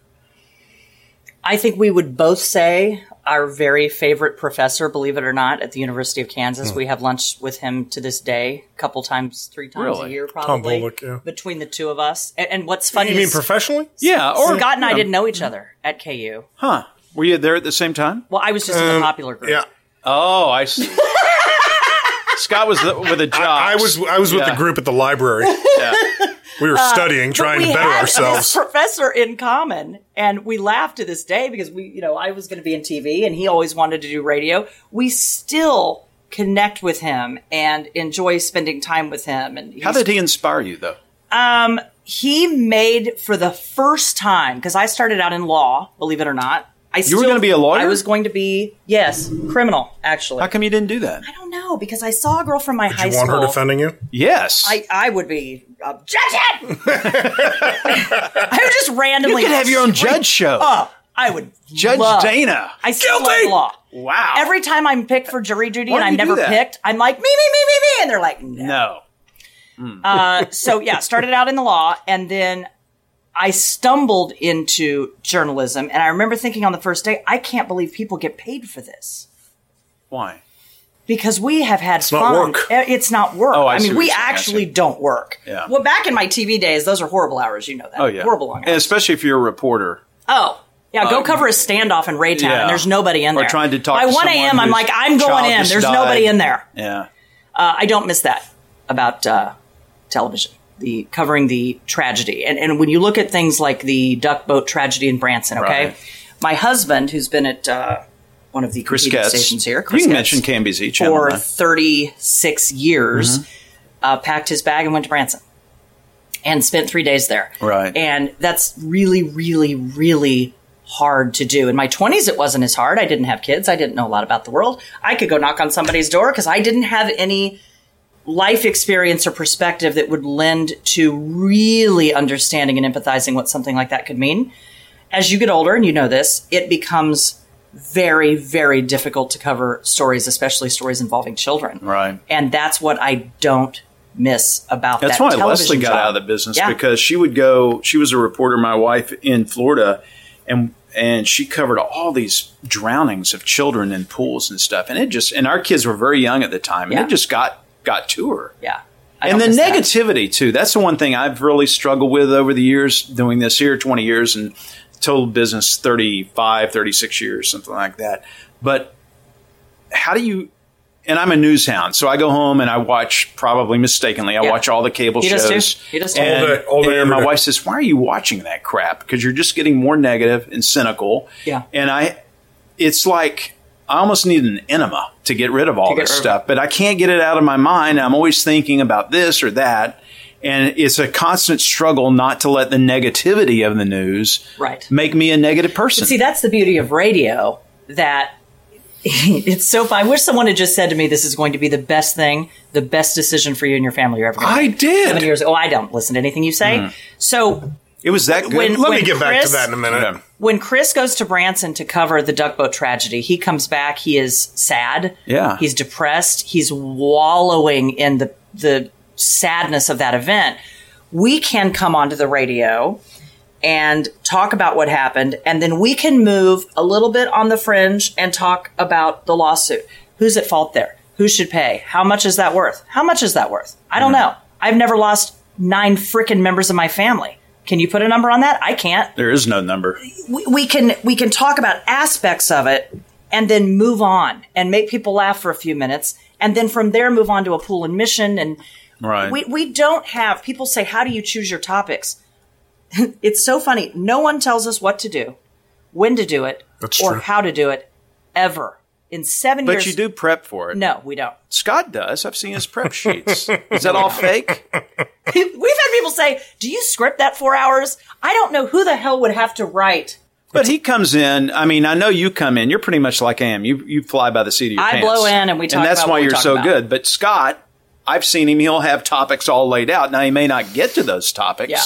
I think we would both say our very favorite professor, believe it or not, at the University of
Hmm.
Kansas. We have lunch with him to this day, a couple times, three times a
Really?
year, probably
Bullock, yeah.
between the two of us. And, and what's funny
You mean
is
professionally?
Yeah, or
Scott and I
you know,
didn't know each other at KU.
Huh? Were you there at the same time?
Well, I was just in the popular group.
Um, Yeah.
Oh, I
[LAUGHS]
see. Scott was the, with a job.
I was I was with
Yeah.
the group at the
[LAUGHS]
library. We were studying,
Uh, But
trying
we
to better
had
ourselves.
this professor in common, and we laugh to this day because we, you know, I was going to be in TV, and he always wanted to do radio. We still connect with him and enjoy spending time with him. And
How
he's
did he inspire you, though?
he made for the first time because I started out in law, believe it or not. I you
gonna be a lawyer?
I was going to be yes, criminal actually.
How come you didn't do that?
I don't know because I saw a girl from my high
you want
school.
her defending you?
Yes.
I, I would be
[LAUGHS]
objection. I would just
you
randomly
could have your own judge show.
[LAUGHS] up. I would
judge
love-
Dana.
I still love law.
Wow.
Every time I'm picked for jury duty
Why
and
do
I'm
you do
never
that?
picked, I'm like me me me me me, and they're like no.
no.
so yeah, started out in the law and then I stumbled into journalism and I remember thinking on the first day, I can't believe people get paid for this.
Why?
Because we have had
not
fun.
work.
Eh, It's not work.
Oh, I
I
see
mean,
what
we
you're saying. I
actually
see.
don't work.
Yeah.
Well, back in my TV days, those are horrible hours. You know that.
Oh yeah.
Horrible long
And
hours.
especially if you're a reporter.
Oh. Yeah, go cover a standoff in Raytown,
Yeah.
and there's nobody in
Or
there.
trying to talk
By
to
1 a.m.,
someone
I'm
whose
like, I'm going
child
in.
just
There's
died.
nobody in there.
Yeah.
Uh, I don't miss that about uh, television, the covering the tragedy. And, and when you look at things like the duck boat tragedy in Branson, okay?
Right.
My husband, who's been at uh, one of the
Chris
competing
Getz.
stations here,
you can
Getz,
mention Canby's each
for
channel.
36 years, uh, packed his bag and went to Branson and spent three days there.
Right.
And that's really, really, really hard to do. In my 20s, it wasn't as hard. I didn't have kids. I didn't know a lot about the world. I could go knock on somebody's door because I didn't have any life experience or perspective that would lend to really understanding and empathizing what something like that could mean. As you get older, and you know this, it becomes very, very difficult to cover stories, especially stories involving children.
Right.
And that's what I don't miss about
That's
that
why
television
Leslie got
job.
out of the business
Yeah.
because she would go. She was a reporter, my wife in Florida, and and she covered all these drownings of children in pools and stuff. And it just and our kids were very young at the time, and
Yeah.
it just got got to her.
Yeah. I
and the
don't miss that.
negativity too. That's the one thing I've really struggled with over the years doing this here 20 years and total business 35, 36 years, something like that. But how do you and I'm a news hound, so I go home and I watch probably mistakenly. I
Yeah.
watch all the cable
He does
shows.
too. He does too.
And,
All day- all day,
and
every
my
day.
wife says, "Why are you watching that crap? Because you're just getting more negative and cynical."
Yeah.
And I, it's like I almost need an enema to get rid of all
get
this
rid of
stuff, but I can't get it out of my mind. I'm always thinking about this or that. And it's a constant struggle not to let the negativity of the news
Right.
make me a negative person.
See, that's the beauty of radio that [LAUGHS] it's so fun. I wish someone had just said to me, This is going to be the best thing, the best decision for you and your family you're ever going to
I
Seven
did. Mm.
years ago, Oh, I don't listen to anything you say. So
It was that good.
When-
Let me
when
get back to
Chris-
that in a minute.
Yeah.
when Chris goes to Branson to cover the duck boat tragedy, he comes back. He is sad.
Yeah.
He's depressed. He's wallowing in the the sadness of that event. We can come onto the radio and talk about what happened, and then we can move a little bit on the fringe and talk about the lawsuit. Who's at fault there? Who should pay? How much is that worth? How much is that worth? I don't know. I've never lost nine frickin' members of my family. Can you put a number on that? I can't
there is no number.
we- we can we can talk about aspects of it and then move on and make people laugh for a few minutes and then from there move on to a pool and mission and
Right.
we, we don't have people say how do you choose your topics [LAUGHS] it's so funny no one tells us what to do when to do it
That's
or
true.
how to do it ever in seven
but
years
you do prep for it.
no we don't [LAUGHS]
Scott does. I've seen his prep sheets. Is
[LAUGHS]
that all fake?
we've had people say do you script that four hours i don't know who the hell would have to write
But he comes in. I mean, I know you come in. You're pretty much like I am. You you fly by the seat of your
I
pants.
blow in and we talk
And that's
about
why
what we
you're
talk
so
about.
good. But Scott, I've seen him. He'll have topics all laid out. Now he may not get to those topics.
Yeah.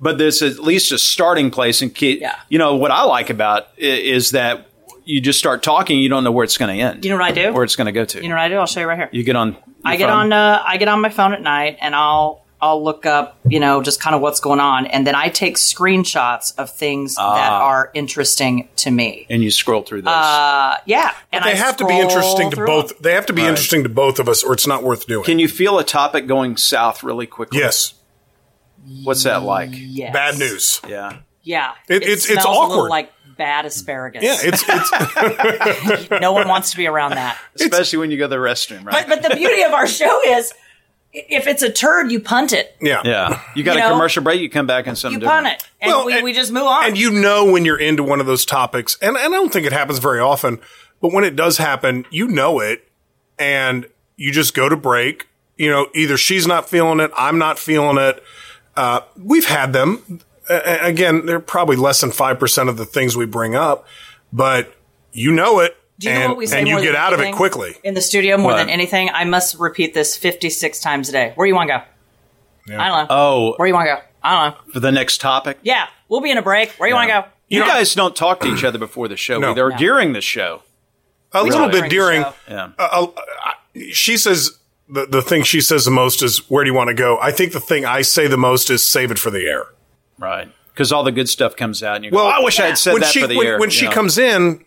But there's at least a starting place. And ke-
Yeah.
you know what I like about i- is that you just start talking. You don't know where it's going to end.
You know what I do?
Where it's going to go to.
you know what i do i'll show you right here
You get on. your
I get
phone.
on uh, I get on my phone at night and I'll I'll look up, you know, just kind of what's going on and then I take screenshots of things
Ah.
that are interesting to me.
and you scroll through those.
Uh, Yeah. And
They
I
have to be
scroll
interesting to
through
both.
them.
They have to be interesting to both of us, or it's not worth doing.
Can you feel a topic going south really quickly?
yes,
What's that like?
Yes.
bad news.
Yeah.
Yeah.
It- it's- it's
smells a little
awkward.
like bad asparagus.
Yeah, it's it's
no one wants to be around
[LAUGHS]
that.
Especially when you go to the restroom, right?
But the beauty of our show is i- if it's a turd you punt it.
[LAUGHS] yeah
Yeah. You got
You
a
know?
commercial break, you come back and
You
something
punt
different.
it and
Well,
we,
and-
we just move on.
And you know when you're into one of those topics, and, and I don't think it happens very often, but when it does happen, you know it, and you just go to break. You know, either she's not feeling it, I'm not feeling it. Uh, we've had them. Uh, again, they're probably less than 5% of the things we bring up, but you know it,
Do you
and,
know what we say
and
more
you
than
get out of it
anything
quickly.
in the studio more
What?
than anything? I must repeat this fifty-six times a day. Where do you want to go? I don't know.
Oh,
Where do you want to go? I don't know.
for the next topic?
Yeah, we'll be in a break. Where do you want to go?
You guys don't talk to each other before the show
No.
either, or during the show.
A little
During
bit during,
the show.
Yeah.
uh, uh, she says, the, the thing she says the most is, Where do you want to go? I think the thing I say the most is, Save it for the air.
Right. Because all the good stuff comes out and you go, I wish I had said
when
that
she,
for the
when,
year.
When
you
she
know.
comes in,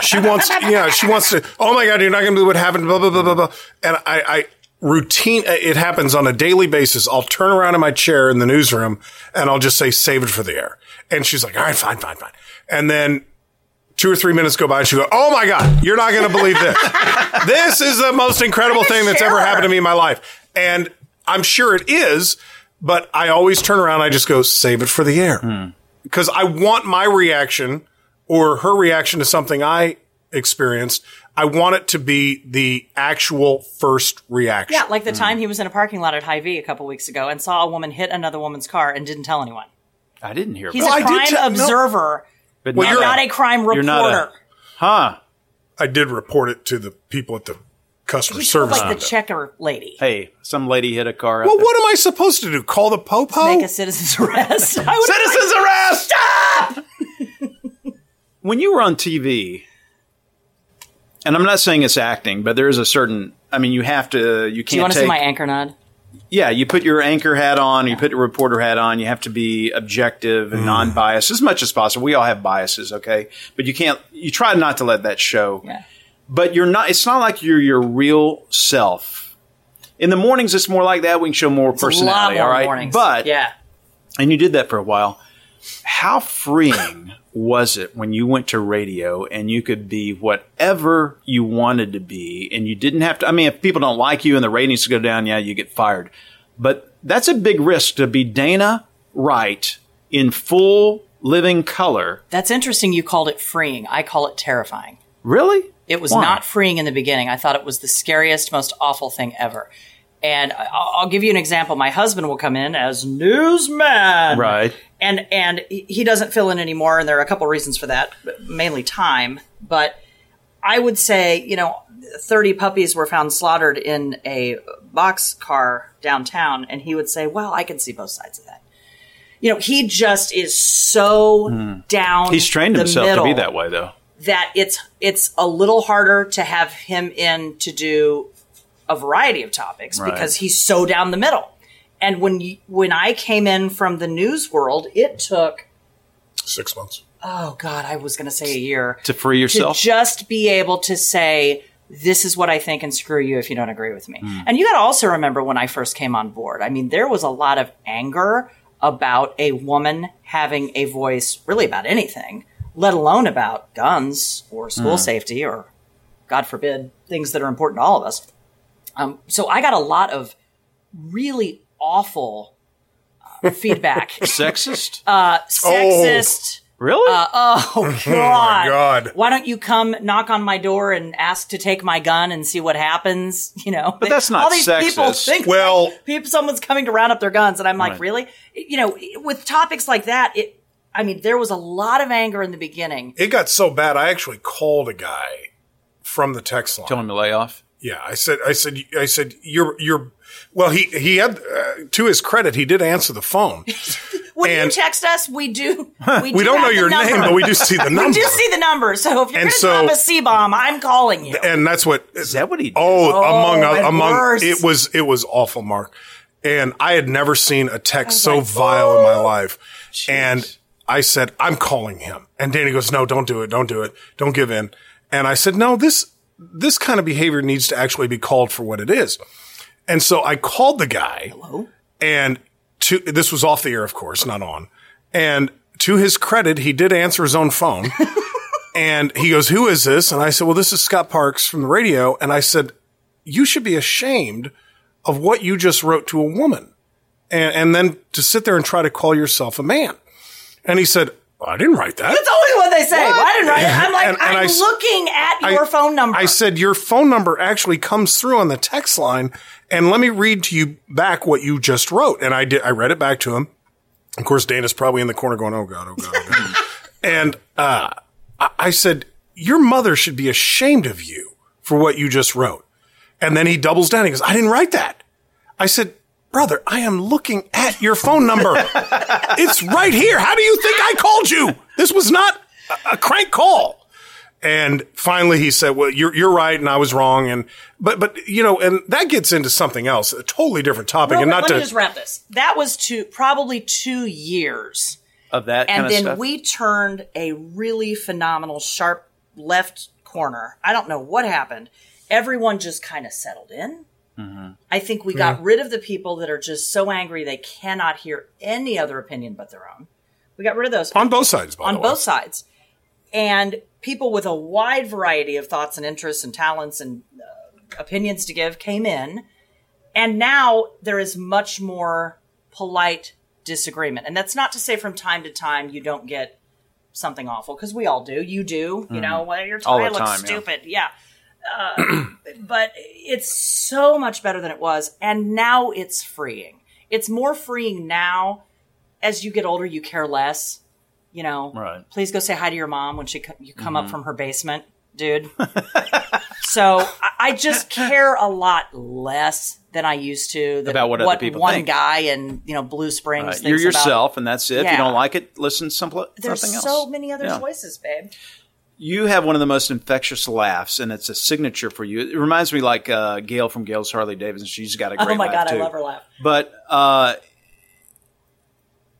she wants, yeah, she wants to. Oh my god, you're not going to believe what happened. Blah blah blah blah blah. And I, I routine. uh, It happens on a daily basis. I'll turn around in my chair in the newsroom and I'll just say, "Save it for the air." And she's like, "All right, fine, fine, fine." And then two or three minutes go by and she go, Oh my God, you're not going to believe this. this is the most incredible thing that's ever happened to me in my life. And I'm sure it is, but I always turn around. I just go, save it for the air because I want my reaction or her reaction to something I experienced. I want it to be the actual first reaction.
Yeah, like the time he was in a parking lot at High V a couple weeks ago and saw a woman hit another woman's car and didn't tell anyone.
I didn't hear
He's
about
a
I did
crime
tell- no.
observer,
but
Well,
not
you're
a-
not a crime reporter.
You're not a- Huh.
I did report it to the people at the customer
He's
service.
like the
window.
checker lady.
Hey, some lady hit a car.
well,
up
what am I supposed to do? Call the popo?
Make a citizen's [LAUGHS] arrest. I would
Citizens arrest! [LAUGHS] when you were on TV, and I'm not saying it's acting, but there is a certain. I mean, you have to. You
Do you
can't
want to see
take.
my anchor nod?
yeah, you put your anchor hat on. You put your reporter hat on. You have to be objective and non-biased as much as possible. We all have biases, okay? But you can't. You try not to let that show.
Yeah.
But you're not. It's not like you're your real self. In the mornings, it's more like that. We can show more personality,
Lot more
all right?
warnings.
But
yeah,
and you did that for a while. How freeing was it when you went to radio and you could be whatever you wanted to be and you didn't have to? I mean, if people don't like you and the ratings go down, yeah, you get fired. But that's a big risk to be Dana Wright in full living color.
that's interesting. You called it freeing. I call it terrifying.
Really?
It was
Why?
not freeing in the beginning. I thought it was the scariest, most awful thing ever. And I- I'll I'll give you an example. My husband will come in as newsman,
Right.
And and he he doesn't fill in anymore. And there are a couple reasons for that, but mainly time. But I would say, you know, 30 puppies were found slaughtered in a box car downtown. And he would say, well, I can see both sides of that. You know, he just is so down.
Hmm. He's trained
the
himself to be
middle
that way, though.
That it's, it's a little harder to have him in to do a variety of topics
Right.
because he's so down the middle. And when, you, when I came in from the news world, it took,
Six months.
oh God, I was going to say a year
To free yourself.
to just be able to say this is what I think and screw you if you don't agree with me. And you got to also remember when I first came on board. I mean, there was a lot of anger about a woman having a voice really about anything, let alone about guns or school safety or God forbid things that are important to all of us. Um, so I got a lot of really awful uh, feedback.
Sexist?
Uh, sexist.
really?
[LAUGHS]
Oh God.
God.
Why don't you come knock on my door and ask to take my gun and see what happens? [LAUGHS] You know, but
that's not
all these people
sexist.
think.
Well-
like, people, someone's coming to round up their guns, and I'm like, really? You know, with topics like that, it. I mean, there was a lot of anger in the beginning.
It got so bad, I actually called a guy from the text line.
Telling him to lay off.
Yeah, I said, I said, I said, you're, you're. Well, he he had uh, to his credit, he did answer the phone.
When you
and-
text us, we do. We, do
We don't
have
know
the
your
number.
name, but we do see the number.
We do see the number. So if you're
And
going to
so-
drop a C bomb, I'm calling you.
and that's what
Is that what he did?
Oh, among
and
among
worse.
it was it was awful, Mark. And I had never seen a text so vile in Oh my life. And I said, I'm calling him. And Danny goes, No, don't do it, don't do it, don't give in. And I said, No, this this kind of behavior needs to actually be called for what it is. And so I called the guy. Hello. And to this was off the air, of course, not on. And to his credit, he did answer his own [LAUGHS] phone. and he goes, Who is this? And I said, Well, this is Scott Parks from the radio. And I said, You should be ashamed of what you just wrote to a woman. And, and then to sit there and try to call yourself a man. And he said, I didn't write that.
That's always what they say. Well, I didn't write it. I'm like,
And- and I
I'm
s-
looking at
I-
your phone number.
I said, Your phone number actually comes through on the text line, and let me read to you back what you just wrote. And I did, I read it back to him. Of course, Dana's probably in the corner going, Oh God, oh God, oh
[LAUGHS]
God. and uh, I, I said, Your mother should be ashamed of you for what you just wrote. And then he doubles down. He goes, I didn't write that. I said, Brother, I am looking at your phone
[LAUGHS]
number. it's right here. How do you think I called you? This was not a- a crank call. And finally, he said, "Well, you're you're right, and I was wrong." And but but you know, and that gets into something else, a totally different topic,
Real
and
quick,
not
let
to
me just wrap this. That was two, probably two years,
Of that kind
and
of
then
stuff?
we turned a really phenomenal sharp left corner. I don't know what happened. Everyone just kind of settled in. I think we got rid of the people that are just so angry they cannot hear any other opinion but their own. We got rid of those
on both sides. By
on
the way.
both sides, and people with a wide variety of thoughts and interests and talents and uh, opinions to give came in, and now there is much more polite disagreement. And that's not to say from time to time you don't get something awful because we all do. You do, you know, well, your
Mm-hmm. All the
tie looks
time, yeah.
stupid, yeah. Uh, [CLEARS THROAT] but it's so much better than it was, and now it's freeing. It's more freeing now. As you get older, you care less you know,
Right. Mm-hmm.
please go say hi to your mom when she co- you come up from her basement,
[LAUGHS]
dude. so I, I just care a lot less than I used to that
About what other people
one
think.
guy in you know Blue Springs.
Right.
thinks
Uh, You're
about-
yourself, and that's it. If you
Yeah.
don't like it, listen to some, something
There's
else.
so many other
Yeah.
choices, babe.
You have one of the most infectious laughs, and it's a signature for you. It reminds me like uh, Gail from Gail's Harley Davidson. She's got a great
oh my
laugh,
god,
too.
I love her laugh.
But uh,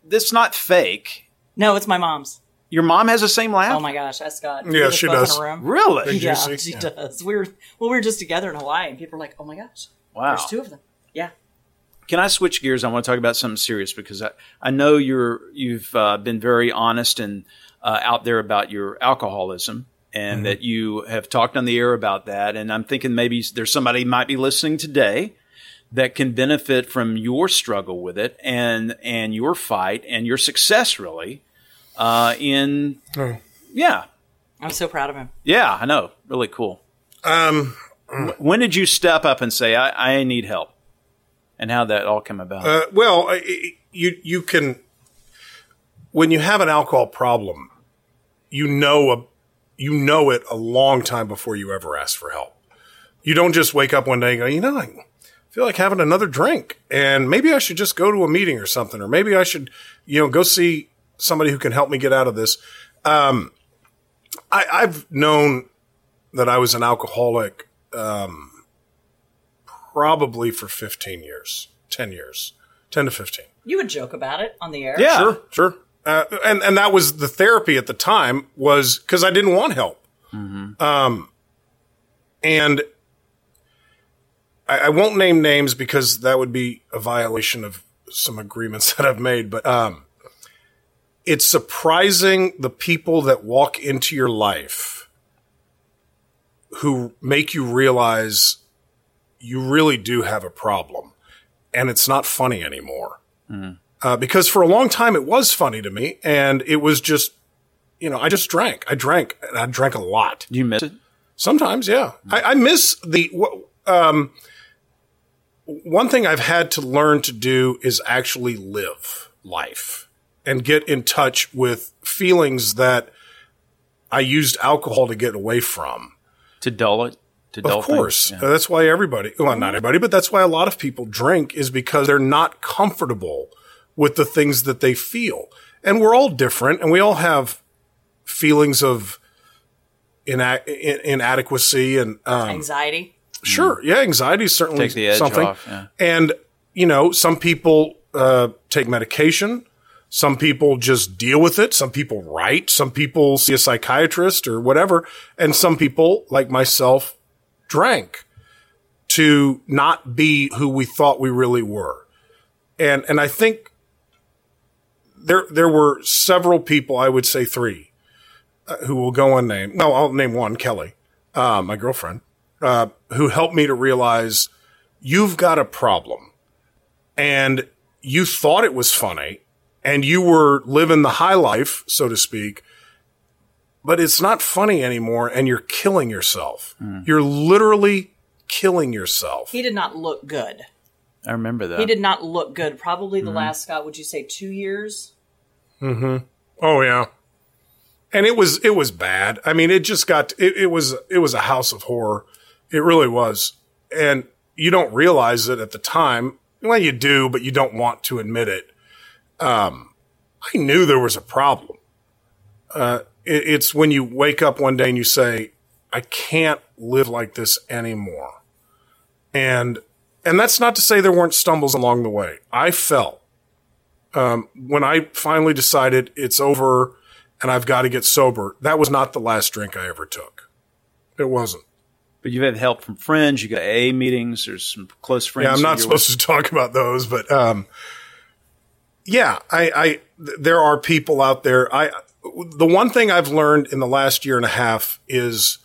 that's not fake.
No, it's my mom's.
Your mom has the same laugh?
Oh my gosh, ask God.
Yeah, she does.
In a room.
Really?
Yeah,
Juicy.
she
Yeah.
does. We were well, we were just together in Hawaii, and people were like, "Oh my gosh,
Wow.
there's two of them." Yeah.
Can I switch gears? I want to talk about something serious because I, I know you're you've uh, been very honest and uh, out there about your alcoholism and
Mm-hmm.
that you have talked on the air about that. And I'm thinking maybe there's somebody might be listening today that can benefit from your struggle with it and and your fight and your success really uh, in yeah
I'm so proud of him.
yeah I know Really cool.
Um,
When did you step up and say, I, I need help? And how that all came about?
Uh, well, I- I- you you can when you have an alcohol problem, you know a, you know it a long time before you ever ask for help. You don't just wake up one day and go, you know, I feel like having another drink, and maybe I should just go to a meeting or something, or maybe I should, you know, go see somebody who can help me get out of this. Um, I, I've known that I was an alcoholic um, probably for 15 years, 10 years, 10 to 15.
You would joke about it on the air.
yeah.
Sure, sure. Uh, and and that was the therapy at the time was because I didn't want help. Um, and I, I won't name names because that would be a violation of some agreements [LAUGHS] that I've made. But um, it's surprising the people that walk into your life who make you realize you really do have a problem, and it's not funny anymore uh, because for a long time it was funny to me, and it was just, you know, I just drank, I drank, and I drank a lot.
Did you miss it?
Sometimes, yeah, I, I miss the. wh- Um, one thing I've had to learn to do is actually live life and get in touch with feelings that I used alcohol to get away from.
To dull it? To dull
Of course. Uh,
Things? Yeah.
That's why everybody, well, not everybody, but that's why a lot of people drink is because they're not comfortable with the things that they feel. And we're all different and we all have feelings of ina- in- inadequacy and, um,
Anxiety.
sure. Yeah. Anxiety is certainly
Hmm. Take the edge
something.
off, yeah.
And, you know, some people, uh, take medication. Some people just deal with it. Some people write. Some people see a psychiatrist or whatever. And some people, like myself, drank to not be who we thought we really were. And and I think there there were several people, I would say three, uh, who will go unnamed. No, I'll name one, Kelly, uh, my girlfriend, uh, who helped me to realize you've got a problem, and you thought it was funny, and you were living the high life, so to speak. But it's not funny anymore, and you're killing yourself. You're literally killing yourself.
He did not look good.
I remember that.
He did not look good. Probably the last Scott. Would you say two years?
Oh yeah. And it was it was bad. I mean, it just got it, it was it was a house of horror. It really was. And you don't realize it at the time. Well, you do, but you don't want to admit it. Um, I knew there was a problem. Uh, it, it's when you wake up one day and you say, "I can't live like this anymore," and and that's not to say there weren't stumbles along the way. I fell when I finally decided it's over and I've got to get sober, that was not the last drink I ever took. It wasn't.
But you've had help from friends. You got AA meetings. There's some close friends.
Yeah, I'm
who
not
you're
supposed to talk about those, but um, yeah, I, I th- there are people out there. I the one thing I've learned in the last year and a half is,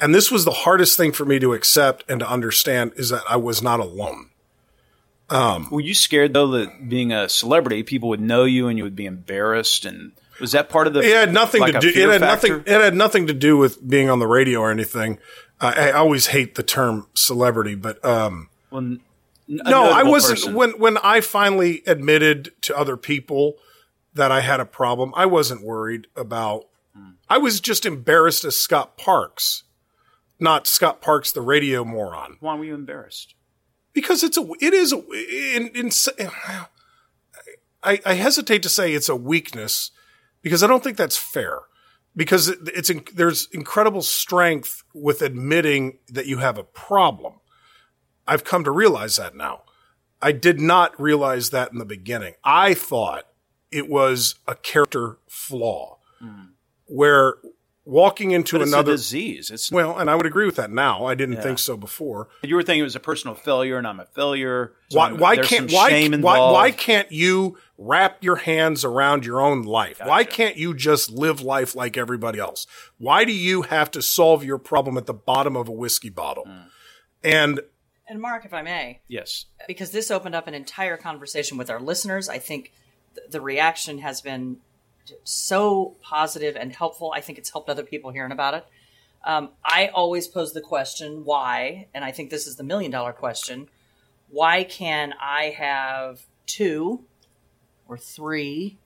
and this was the hardest thing for me to accept and to understand, is that I was not alone.
with. Were you scared though that being a celebrity, people would know you and you would be embarrassed? And was that part of the?
It had nothing
like
to
a
do. It
fear
had
factor?
nothing. It had nothing to do with being on the radio or anything. I, I always hate the term celebrity, but um,
Well, n- a
no, I
notable
wasn't.
person.
When when I finally admitted to other people that I had a problem, I wasn't worried about. I was just embarrassed as Scott Parks, not Scott Parks, the radio moron,
Why were you embarrassed?
because it's a it is a in, in, I, I hesitate to say it's a weakness because I don't think that's fair. Because it, it's in, there's incredible strength with admitting that you have a problem. I've come to realize that now. I did not realize that in the beginning. I thought it was a character flaw, where walking into
But it's
another
a disease. It's
well, and I would agree with that now. I didn't think so before.
you were thinking it was a personal failure, and I'm a failure. so
Why,
I'm-
why
there's
can't
some
why,
shame
why
involved.
why can't you wrap your hands around your own life? Why can't you just live life like everybody else? Why do you have to solve your problem at the bottom of a whiskey bottle?
Hmm.
And
And Mark, if I may,
Yes,
because this opened up an entire conversation with our listeners. I think th- the reaction has been so positive and helpful. I think it's helped other people hearing about it. Um, I always pose the question why, and I think this is the million dollar question why can I have two or 3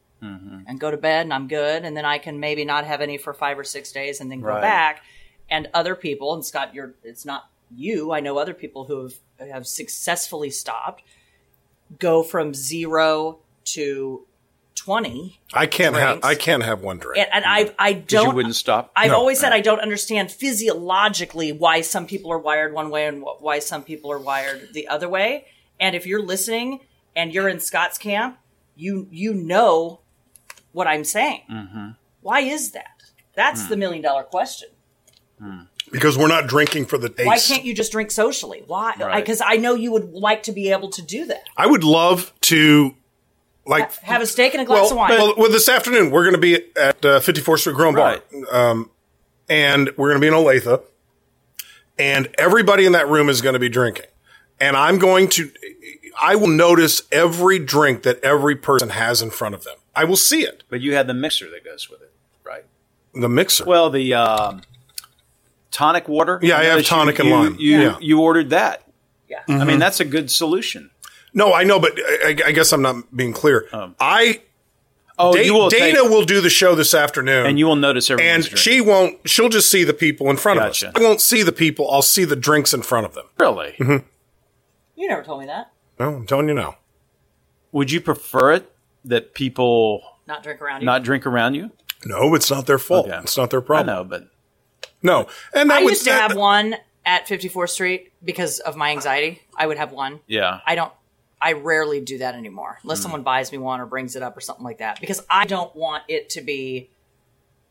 and go to bed and I'm good, and then I can maybe not have any for five or six days and then go
Right.
back? And other people, and Scott, you're, it's not you, I know other people who have, have successfully stopped go from zero to 20
I can't have
Drinks.
I can't have one drink.
and, and I I don't
wouldn't uh stop?
I've
No.
always said I don't understand physiologically why some people are wired one way and wh- why some people are wired the other way. And if you're listening and you're in Scott's camp, you you know what I'm saying.
Mm-hmm.
Why is that? That's
Hmm.
the million dollar question.
because we're not drinking for the taste.
Why can't you just drink socially? Why?
Right.
Because I, know you would like to be able to do that.
I would love to like
Have a steak and a glass
well,
of wine.
Well, well, this afternoon we're going to be at uh, 54th Street Grill and Bar, um, and we're going to be in Olathe, and everybody in that room is going to be drinking, and I'm going to, I will notice every drink that every person has in front of them. I will see it.
But you had the mixer that goes with it, right?
The mixer.
Well, the um, tonic water.
Yeah, I have
noticed you-
tonic and
you-
lime.
You,
Yeah.
you ordered that.
yeah.
I mean, that's a good solution.
no, I know, but I, I guess I'm not being clear. I
Um, Oh,
Da-
you will
Dana
take-
will do the show this afternoon,
and you will notice everyone.
and she won't. She'll just see the people in front of
Gotcha.
us. I won't see the people. I'll see the drinks in front of them.
really
You never told me that.
No, I'm telling you now.
would you prefer it that people
Not drink around you.
not drink around you?
No, it's not their fault.
Okay.
It's not their
I
problem.
know, but
No, and that
I
would,
used to
that-
have one at 54th Street because of my anxiety. I would have one.
yeah,
I don't. I rarely do that anymore, unless someone buys me one or brings it up or something like that, because I don't want it to be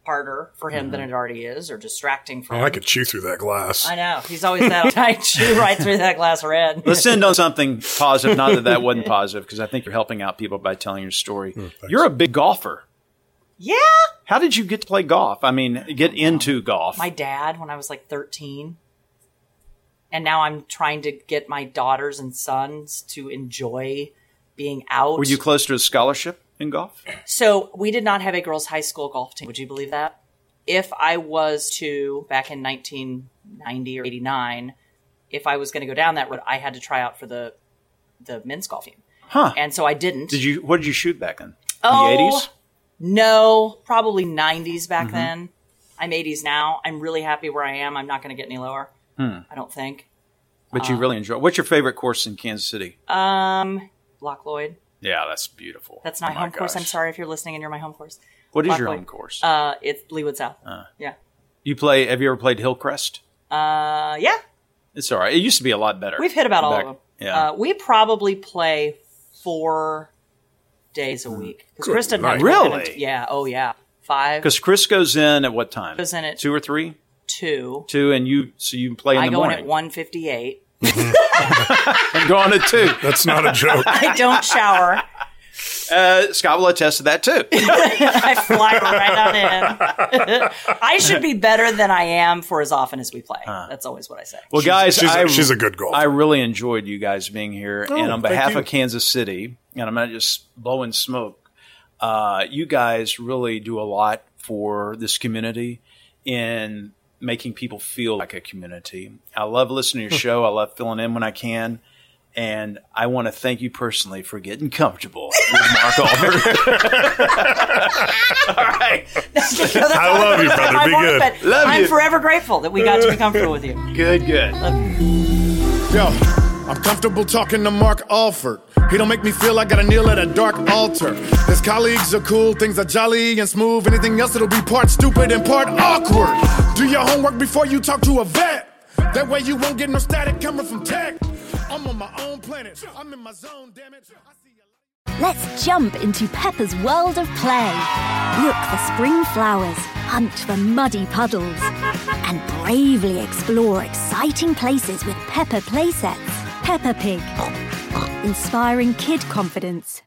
harder for him than it already is or distracting for him.
Oh, I could chew through that glass.
I know he's always that. I chew right through that glass of red.
Let's end on something positive. Not that that wasn't positive, because I think you're helping out people by telling your story. you're a big golfer.
[LAUGHS] Yeah,
How did you get to play golf? I mean, get into golf.
my dad when I was like 13. And now I'm trying to get my daughters and sons to enjoy being out.
Were you close to a scholarship in golf?
So we did not have a girls' high school golf team. Would you believe that? If I was to back in 1990 or 89, if I was going to go down that road, I had to try out for the the men's golf team.
Huh.
And so I didn't.
Did you? What did you shoot back then?
Oh.
In the eighties.
No, probably 90s back
Mm-hmm.
then. I'm 80s now. I'm really happy where I am. I'm not going to get any lower.
Hmm.
I don't think.
But you really enjoy. What's your favorite course in Kansas City?
Um, Lock Lloyd.
yeah, that's beautiful.
That's not
Oh
my home course. I'm
gosh.
sorry if you're listening and you're my home course.
What is
Lock
your
Lloyd.
home course?
Uh, it's Leewood South.
Uh.
yeah.
you play? Have you ever played Hillcrest?
Uh, yeah.
It's all right. It used to be a lot better.
We've hit about all
Back-
of them.
Yeah.
Uh, we probably play four days a week. 'Cause Chris didn't have
night.
to go in
Really?
and- yeah. Oh, yeah. Five,
Because Chris goes in at what time?
Goes in at-
two or three,
two.
two, and you so you play in
I
the
go
morning.
in at one fifty-eight.
I'm going at two.
[LAUGHS]
That's not a joke.
I don't shower.
Uh, Scott will attest to that
[LAUGHS]
too.
I fly right on in. [LAUGHS] I should be better than I am for as often as we play. That's always what I say. [LAUGHS]
Well, guys,
she's a-
I-
she's a good golfer.
I really enjoyed you guys being here, and on
Oh, thank
behalf
you.
of Kansas City, and I'm not just blowing smoke. Uh, you guys really do a lot for this community in making people feel like a community. I love listening
Hmm.
to your show. I love filling in when I can. And I want to thank you personally for getting comfortable with Mark
[LAUGHS]
Albert. All right. [LAUGHS]
I love you,
[LAUGHS]
brother. Be
My
good.
but
Love
I'm
you.
forever grateful that we got to be comfortable with you.
Good, good.
Yo, I'm comfortable talking to Mark Alford. He don't make me feel I gotta kneel at a dark altar. His colleagues are cool, things are jolly and smooth. Anything else, it'll be part stupid and part awkward. Do your homework before you talk to a vet. That way you won't get no static coming from tech. I'm on my own planet. I'm in my zone, damn it. I see a-
Let's jump into Peppa's world of play. Look for spring flowers, hunt for muddy puddles, and bravely explore exciting places with Peppa playsets. Peppa Pig, inspiring kid confidence.